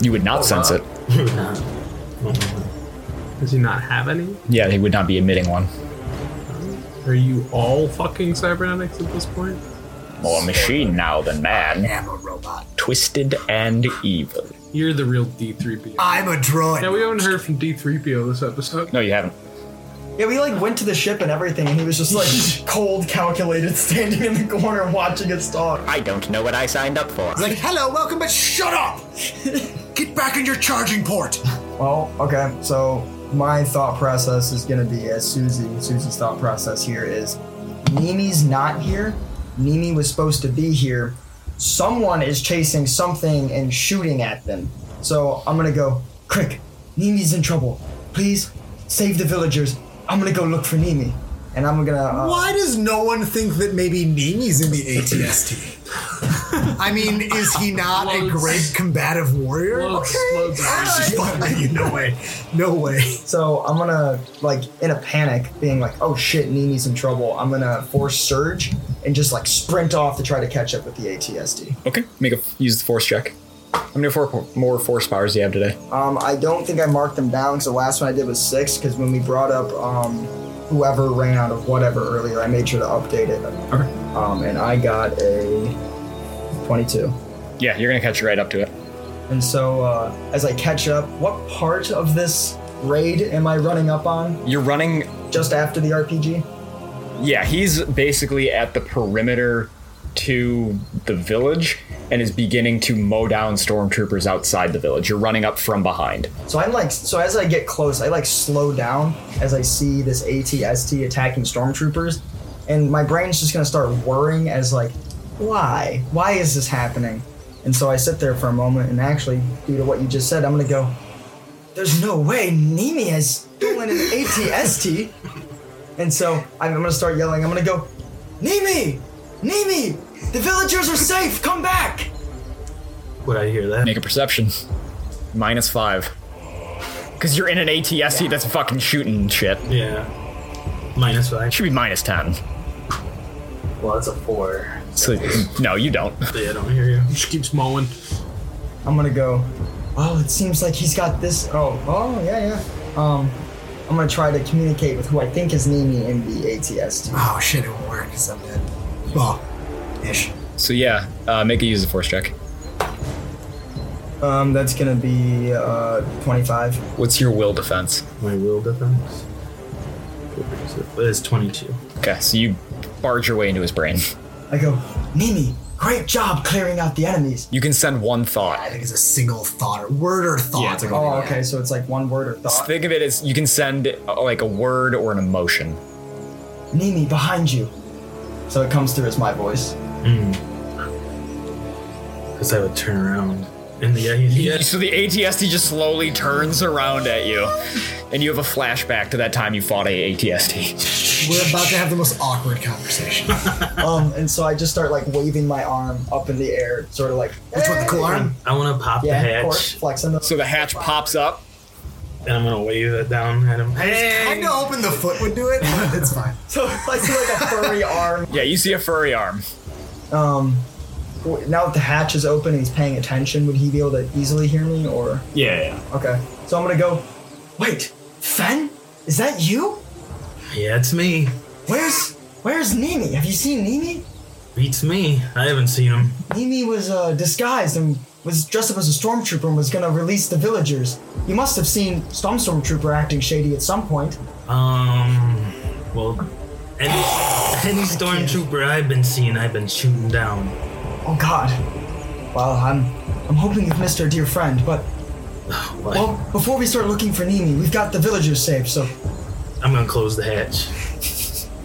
Speaker 1: You would not sense it.
Speaker 6: Does he not have any?
Speaker 1: Yeah, he would not be admitting one.
Speaker 6: Are you all fucking cybernetics at this point?
Speaker 1: More machine now than man.
Speaker 4: am a robot.
Speaker 1: Twisted and evil.
Speaker 6: You're the real D3PO.
Speaker 4: I'm a droid.
Speaker 6: yeah, we haven't heard from D3PO this episode.
Speaker 1: No, you haven't.
Speaker 3: Yeah, we like went to the ship and everything, and he was just like cold, calculated, standing in the corner watching us talk.
Speaker 1: I don't know what I signed up for.
Speaker 4: Like, hello, welcome, but shut up! Get back in your charging port!
Speaker 3: Well, okay. So my thought process is gonna be as Susie. Susie's thought process here is Nimi's not here. Nimi was supposed to be here. Someone is chasing something and shooting at them. So I'm gonna go, Crick, Nimi's in trouble. Please save the villagers. I'm gonna go look for Nimi. And I'm gonna. Uh,
Speaker 4: Why does no one think that maybe Nini's in the ATST? I mean, is he not a great combative warrior? okay. no way. No way.
Speaker 3: So I'm gonna, like, in a panic, being like, oh shit, Nini's in trouble. I'm gonna force Surge and just, like, sprint off to try to catch up with the ATSD.
Speaker 1: Okay, make a use the force check. How many for, more force powers do you have today?
Speaker 3: Um, I don't think I marked them down because the last one I did was six. Because when we brought up um, whoever ran out of whatever earlier, I made sure to update it. Um, and I got a 22.
Speaker 1: Yeah, you're gonna catch right up to it.
Speaker 3: And so uh, as I catch up, what part of this raid am I running up on?
Speaker 1: You're running
Speaker 3: just after the RPG.
Speaker 1: Yeah, he's basically at the perimeter to the village and is beginning to mow down stormtroopers outside the village. You're running up from behind.
Speaker 3: So I'm like, so as I get close, I like slow down as I see this ATST attacking stormtroopers, and my brain's just gonna start worrying as like, why? Why is this happening? And so I sit there for a moment, and actually, due to what you just said, I'm gonna go. There's no way Nimi is doing an ATST. And so I'm gonna start yelling. I'm gonna go, Nimi, Nimi, the villagers are safe. Come back.
Speaker 1: Would I hear that? Make a perception. Minus five. Because you're in an ATST that's fucking shooting shit. Yeah. Minus five. Should be minus ten.
Speaker 12: Well, that's a four.
Speaker 1: So no, you don't.
Speaker 5: Yeah, I don't hear you.
Speaker 6: She keeps mowing.
Speaker 3: I'm gonna go. Oh, it seems like he's got this. Oh, oh yeah, yeah. Um, I'm gonna try to communicate with who I think is Nimi in the ATST.
Speaker 4: Oh shit, it won't work because I'm dead. Well, ish.
Speaker 1: So yeah, uh, make a use of force check.
Speaker 3: Um, that's gonna be uh 25.
Speaker 1: What's your will defense?
Speaker 5: My will defense is 22.
Speaker 1: Okay, so you barge your way into his brain.
Speaker 3: I go, Nimi, great job clearing out the enemies.
Speaker 1: You can send one thought. I
Speaker 4: think it's a single thought or word or thought.
Speaker 1: Yeah, it's like
Speaker 3: Oh, okay, so it's like one word or
Speaker 1: So
Speaker 3: thought.
Speaker 1: think of it as you can send uh, like a word or an emotion.
Speaker 3: Nimi, behind you. So it comes through as my voice.
Speaker 5: Because I would turn around. And the yeah,
Speaker 1: So the ATST just slowly turns around at you, and you have a flashback to that time you fought a ATST.
Speaker 4: We're about to have the most awkward conversation.
Speaker 3: um, and so I just start like waving my arm up in the air, sort of like. Which one, the cool arm?
Speaker 5: I want to pop
Speaker 3: Yeah,
Speaker 5: the hatch.
Speaker 3: of course, flexing.
Speaker 1: So the hatch pops up.
Speaker 5: And I'm gonna wave it down at him. Hey!
Speaker 4: I know hoping the foot would do it, but it's fine.
Speaker 3: So I see like a furry arm.
Speaker 1: Yeah, you see a furry arm.
Speaker 3: Um, w- now that the hatch is open and he's paying attention, would he be able to easily hear me or?
Speaker 12: Yeah,
Speaker 3: Okay, so I'm gonna go. Wait, Fen, is that you?
Speaker 5: Yeah, it's me.
Speaker 3: Where's Where's Nimi? Have you seen Nimi?
Speaker 5: Beats me. I haven't seen him.
Speaker 3: Nimi was uh, disguised and was dressed up as a stormtrooper and was gonna release the villagers. You must have seen some stormtrooper acting shady at some point.
Speaker 5: Um. Well, any, any stormtrooper I've been seeing, I've been shooting down.
Speaker 3: Oh God. Well, I'm I'm hoping you've missed our dear friend, but well, before we start looking for Nimi, we've got the villagers safe. So
Speaker 5: I'm gonna close the hatch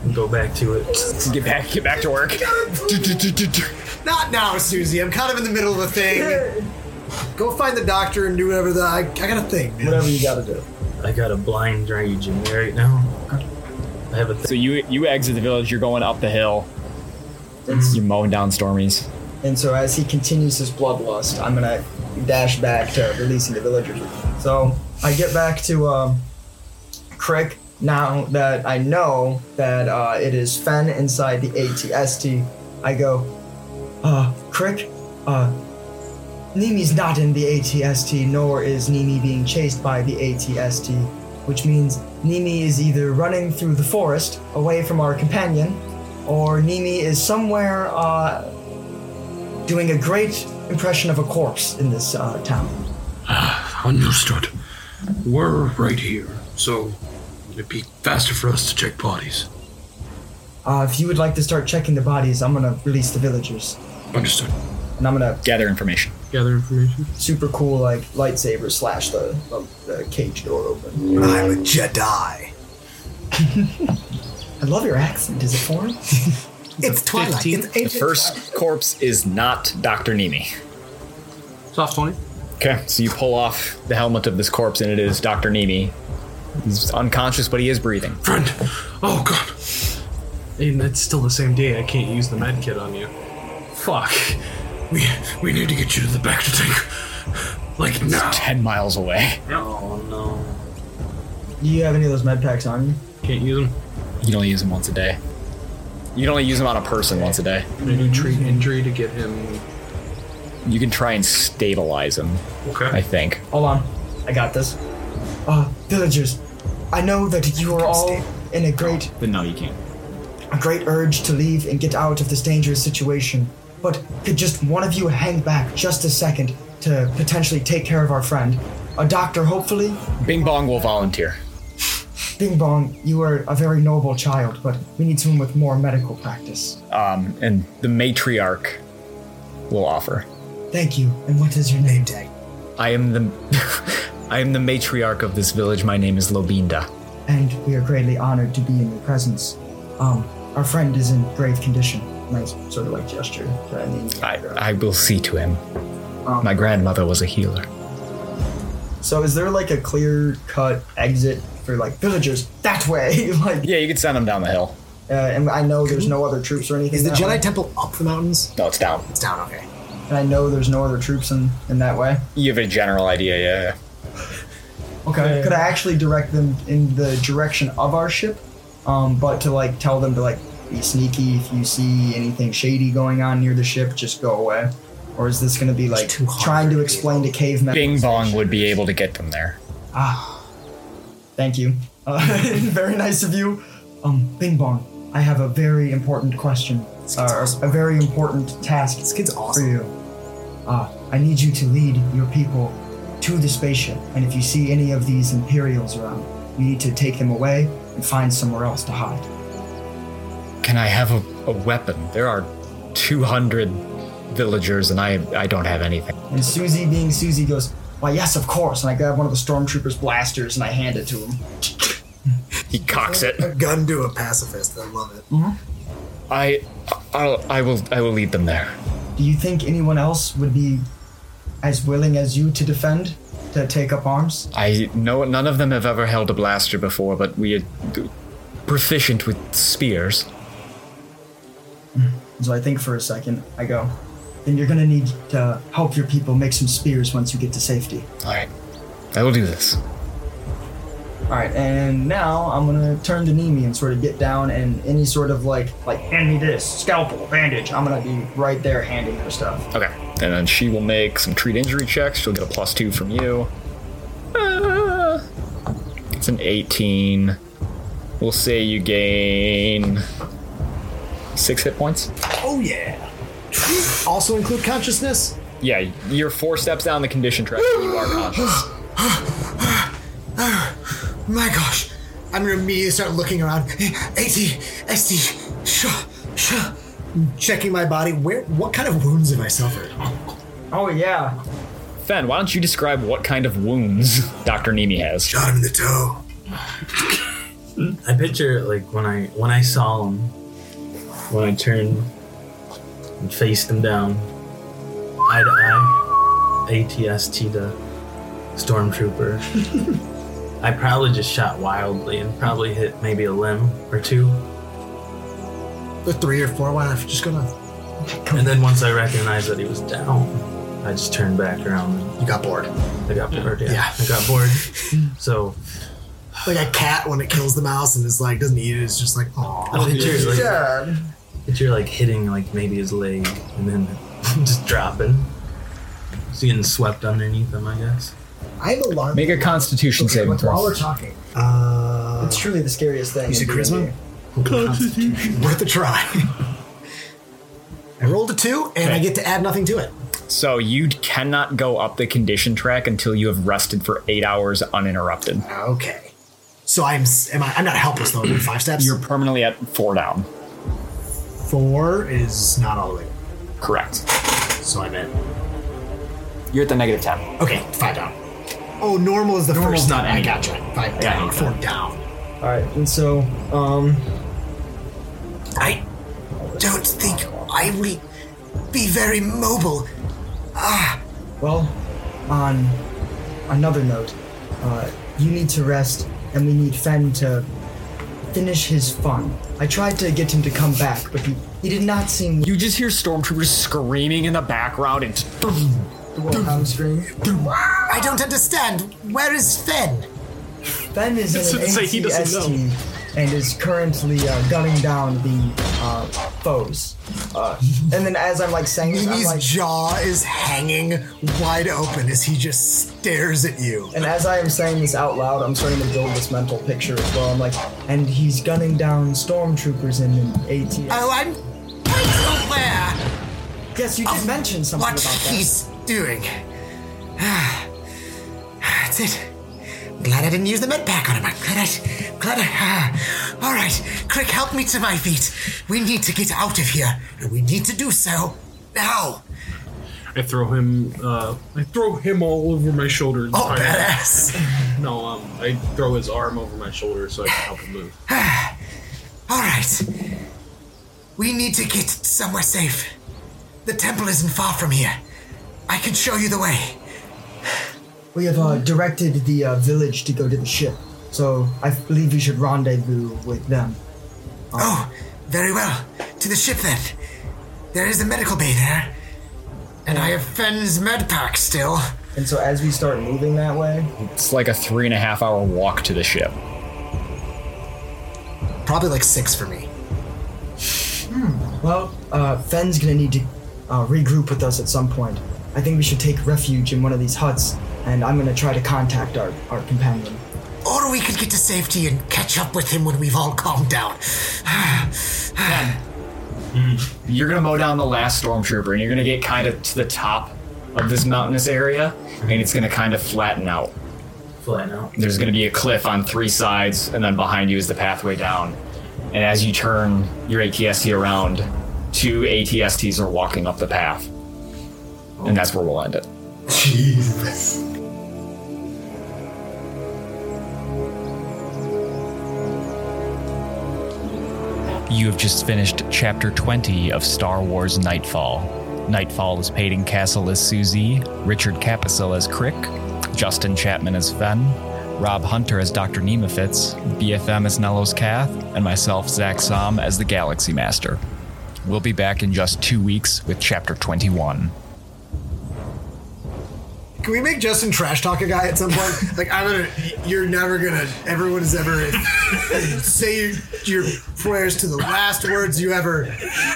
Speaker 5: and go back to it.
Speaker 1: Get back, get back to work.
Speaker 4: Not now, Susie. I'm kind of in the middle of a thing. Go find the doctor and do whatever the. I, I got a thing. man.
Speaker 3: whatever you gotta do.
Speaker 5: I got a blind rage in me right now. I have a
Speaker 1: So you you exit the village. You're going up the hill. You're mowing down stormies.
Speaker 3: And so as he continues his bloodlust, I'm gonna dash back to releasing the villagers. So I get back to um, Crick now that I know that uh, it is Fen inside the ATST. I go, uh, Crick, uh, Nimi's not in the ATST, nor is Nimi being chased by the ATST, which means Nimi is either running through the forest away from our companion, or Nimi is somewhere uh, doing a great impression of a corpse in this uh, town.
Speaker 2: Ah, Understood. We're right here, so it'd be faster for us to check bodies.
Speaker 3: Uh, if you would like to start checking the bodies, I'm gonna release the villagers,
Speaker 2: Understood.
Speaker 3: and I'm gonna
Speaker 1: Gather information.
Speaker 6: Gather information.
Speaker 3: super cool like lightsaber slash the, the, the cage door open.
Speaker 4: I'm a Jedi.
Speaker 3: I love your accent. Is it foreign?
Speaker 4: It's Twilight. It's
Speaker 1: The
Speaker 4: ancient
Speaker 1: first corpse is not Doctor Nimi.
Speaker 6: Soft twenty.
Speaker 1: Okay, so you pull off the helmet of this corpse, and it is Dr. Nemi. He's unconscious, but he is breathing.
Speaker 6: Friend! Oh, God! And it's still the same day. I can't use the med kit on you. Fuck.
Speaker 2: We we need to get you to the back to tank. Like
Speaker 1: It's
Speaker 2: now.
Speaker 1: 10 miles away.
Speaker 5: Oh no.
Speaker 3: Do you have any of those med packs on you?
Speaker 6: Can't use them.
Speaker 1: You can only use them once a day. You can only use them on a person once a day.
Speaker 6: Can I do treat injury to get him?
Speaker 1: You can try and stabilize him.
Speaker 6: Okay.
Speaker 1: I think.
Speaker 3: Hold on. I got this. Uh, villagers, I know that you are all in a great
Speaker 1: But no, you can't.
Speaker 3: a great urge to leave and get out of this dangerous situation. But could just one of you hang back just a second to potentially take care of our friend? A doctor, hopefully?
Speaker 1: Bing Bong will volunteer.
Speaker 3: Bing Bong, you are a very noble child, but we need someone with more medical practice.
Speaker 1: Um, and the matriarch will offer.
Speaker 3: Thank you. And what is your name tag?
Speaker 1: I am the I am the matriarch of this village. My name is Lobinda.
Speaker 3: And we are greatly honored to be in your presence. Um, our friend is in grave condition. Nice sort of like gesture. to Andy.
Speaker 1: I, I will see to him.
Speaker 3: Um,
Speaker 1: My grandmother was a healer.
Speaker 3: So is there like a clear cut exit for like villagers that way? like
Speaker 1: Yeah, you can send him down the hill.
Speaker 3: uh, and I know there's no other troops or anything.
Speaker 4: Is the
Speaker 3: that
Speaker 4: Jedi
Speaker 3: way.
Speaker 4: Temple up the mountains?
Speaker 1: No, it's down.
Speaker 4: It's down, okay.
Speaker 3: And I know there's no other troops in, in that way.
Speaker 1: You have a general idea, yeah. yeah.
Speaker 3: Okay. Could I actually direct them in the direction of our ship? Um, but to like tell them to like be sneaky if you see anything shady going on near the ship, just go away. Or is this going to be like trying to explain to cavemen?
Speaker 1: Bing Bong would be able to get them there.
Speaker 3: Ah, thank you. Uh, very nice of you. Um, Bing Bong, I have a very important question. Uh, A very important task this kid's awesome. for you. Uh, I need you to lead your people to the spaceship, and if you see any of these Imperials around, you need to take them away and find somewhere else to hide.
Speaker 1: Can I have a, a weapon? There are 200 villagers, and I I don't have anything.
Speaker 3: And Susie, being Susie, goes, Why, yes, of course. And I grab one of the stormtroopers' blasters and I hand it to him.
Speaker 1: He cocks it.
Speaker 4: A gun to a pacifist. I love it.
Speaker 1: I I'll, I will I will lead them there.
Speaker 3: Do you think anyone else would be as willing as you to defend, to take up arms?
Speaker 1: I know none of them have ever held a blaster before, but we are proficient with spears.
Speaker 3: So I think for a second, I go, Then you're gonna need to help your people make some spears once you get to safety.
Speaker 1: All right, I will do this.
Speaker 3: All right, and now I'm gonna turn to Nemi and sort of get down and any sort of like, like hand me this scalpel, bandage. I'm gonna be right there handing her stuff.
Speaker 1: Okay, and then she will make some treat injury checks. She'll get a plus two from you. Uh, it's an eighteen. We'll say you gain six hit points.
Speaker 4: Oh, yeah. also include consciousness?
Speaker 1: Yeah, you're four steps down the condition track. and you are conscious.
Speaker 4: Oh, my gosh. I'm gonna immediately start looking around. AT, ST, shuh, shuh. Checking my body. Where? What kind of wounds have I suffered?
Speaker 3: Oh yeah.
Speaker 1: Fen, why don't you describe what kind of wounds Doctor Nemi has?
Speaker 4: Shot him in the toe.
Speaker 5: I picture like when I when I saw him, when I turned and faced him down, eye to eye, ATST the stormtrooper. I probably just shot wildly and probably hit maybe a limb or two.
Speaker 4: The three or four one. I'm just gonna.
Speaker 5: And then once I recognized that he was down, I just turned back around. And
Speaker 4: you got bored.
Speaker 5: I got bored. Yeah,
Speaker 4: Yeah.
Speaker 5: I got bored. So
Speaker 4: Like a cat when it kills the mouse and is like doesn't eat it. It's just like oh.
Speaker 5: I picture like picture like hitting like maybe his leg and then just dropping. Just getting swept underneath him, I guess.
Speaker 4: I have alarm.
Speaker 1: Make a Constitution saving
Speaker 4: While
Speaker 1: throw.
Speaker 4: we're talking, uh,
Speaker 3: It's truly the scariest thing.
Speaker 4: You said
Speaker 3: in D&D.
Speaker 4: charisma? Constitution. Worth a try. I rolled a two, and I get to add nothing to it.
Speaker 1: So you cannot go up the condition track until you have rested for eight hours uninterrupted.
Speaker 4: Okay. So I'm s- am I? I'm not helpless though. I'm five steps.
Speaker 1: You're permanently at four down.
Speaker 4: Four is not all the way.
Speaker 1: Correct.
Speaker 4: So I'm in.
Speaker 1: You're at the negative ten.
Speaker 4: Okay, five down. Oh, normal is the
Speaker 1: Normal's
Speaker 4: first.
Speaker 1: not
Speaker 4: I
Speaker 1: any-
Speaker 4: gotcha. Five
Speaker 1: Yeah,
Speaker 4: down.
Speaker 1: okay.
Speaker 4: Four down.
Speaker 3: All right, and so um,
Speaker 4: I don't think I will be very mobile. Ah,
Speaker 3: well, on another note, uh, you need to rest, and we need Fen to finish his fun. I tried to get him to come back, but he, he did not seem.
Speaker 1: You just hear stormtroopers screaming in the background and.
Speaker 3: The Wilhelm scream.
Speaker 4: I don't understand. Where is Fen?
Speaker 3: Fen is in an ATST and is currently uh, gunning down the uh, foes. Uh, and then as I'm like saying this, I'm
Speaker 4: Mimi's
Speaker 3: like,
Speaker 4: jaw is hanging wide open as he just stares at you.
Speaker 3: And as I am saying this out loud, I'm starting to build this mental picture as well. I'm like, and he's gunning down stormtroopers in an ATS.
Speaker 4: Oh, I'm so there.
Speaker 3: Yes, you did mention something
Speaker 4: Oh, what
Speaker 3: about that.
Speaker 4: he's doing. That's it. Glad I didn't use the med pack on him. I'm glad I. Glad I. ah. All right, Crick, help me to my feet. We need to get out of here, and we need to do so now. Oh,
Speaker 6: I throw him. Uh, I throw him all over my shoulder. and
Speaker 4: Oh,
Speaker 6: tie him up.
Speaker 4: badass.
Speaker 6: No, um, I throw his arm over my shoulder so I can help him move.
Speaker 4: All right. We need to get somewhere safe. The temple isn't far from here. I can show you the way.
Speaker 3: We have uh, directed the uh, village to go to the ship, so I believe you should rendezvous with them.
Speaker 4: Oh, very well. To the ship then. There is a medical bay there. And I have Fenn's med pack still.
Speaker 3: And so as we start moving that way,
Speaker 1: It's like a three and a half hour walk to the ship.
Speaker 4: Probably like six for me.
Speaker 3: well, uh, Fenn's gonna need to uh, regroup with us at some point. I think we should take refuge in one of these huts, and I'm gonna try to contact our, our companion.
Speaker 4: Or we could get to safety and catch up with him when we've all calmed down.
Speaker 1: You're gonna mow down the last stormtrooper, and you're gonna get kind of to the top of this mountainous area, and it's gonna kind of flatten out.
Speaker 5: Flat out.
Speaker 1: There's gonna be a cliff on three sides, and then behind you is the pathway down. And as you turn your ATST around, two ATSTs are walking up the path, and that's where we'll end it.
Speaker 4: Jesus.
Speaker 8: You have just finished Chapter 20 of Star Wars Nightfall. Nightfall is Peyton Castle as Susie, Richard Capicil as Crick, Justin Chapman as Fen, Rob Hunter as Dr. Nemefitz, BFM as Nellos Cath, and myself, Zach Som, as the Galaxy Master. We'll be back in just two weeks with Chapter 21.
Speaker 4: Can we make Justin trash talk a guy at some point? Like I'm gonna, you're never gonna. Everyone is ever say your, your prayers to the last words you ever.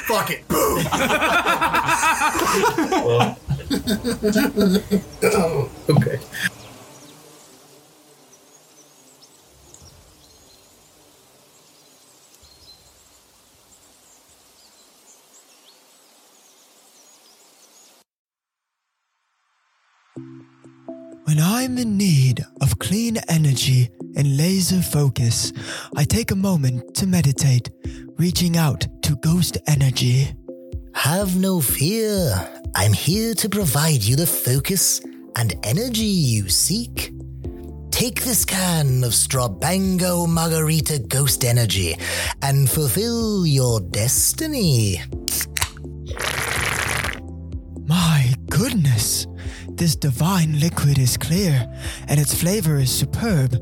Speaker 4: Fuck it, boom.
Speaker 2: okay.
Speaker 13: When I'm in need of clean energy and laser focus, I take a moment to meditate, reaching out to ghost energy.
Speaker 14: Have no fear. I'm here to provide you the focus and energy you seek. Take this can of Strabango Margarita Ghost Energy and fulfill your destiny.
Speaker 13: My goodness! This divine liquid is clear and its flavor is superb.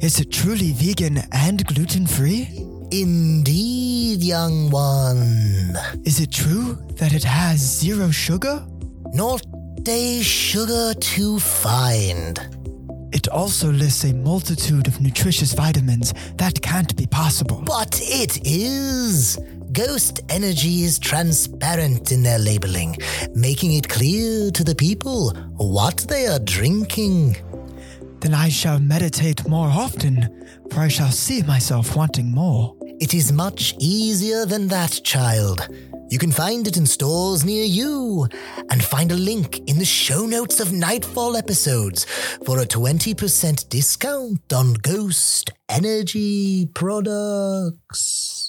Speaker 13: Is it truly vegan and gluten free?
Speaker 14: Indeed, young one.
Speaker 13: Is it true that it has zero sugar?
Speaker 14: Not a sugar to find.
Speaker 13: It also lists a multitude of nutritious vitamins that can't be possible.
Speaker 14: But it is. Ghost energy is transparent in their labeling, making it clear to the people what they are drinking.
Speaker 13: Then I shall meditate more often, for I shall see myself wanting more.
Speaker 14: It is much easier than that, child. You can find it in stores near you and find a link in the show notes of Nightfall episodes for a 20% discount on ghost energy products.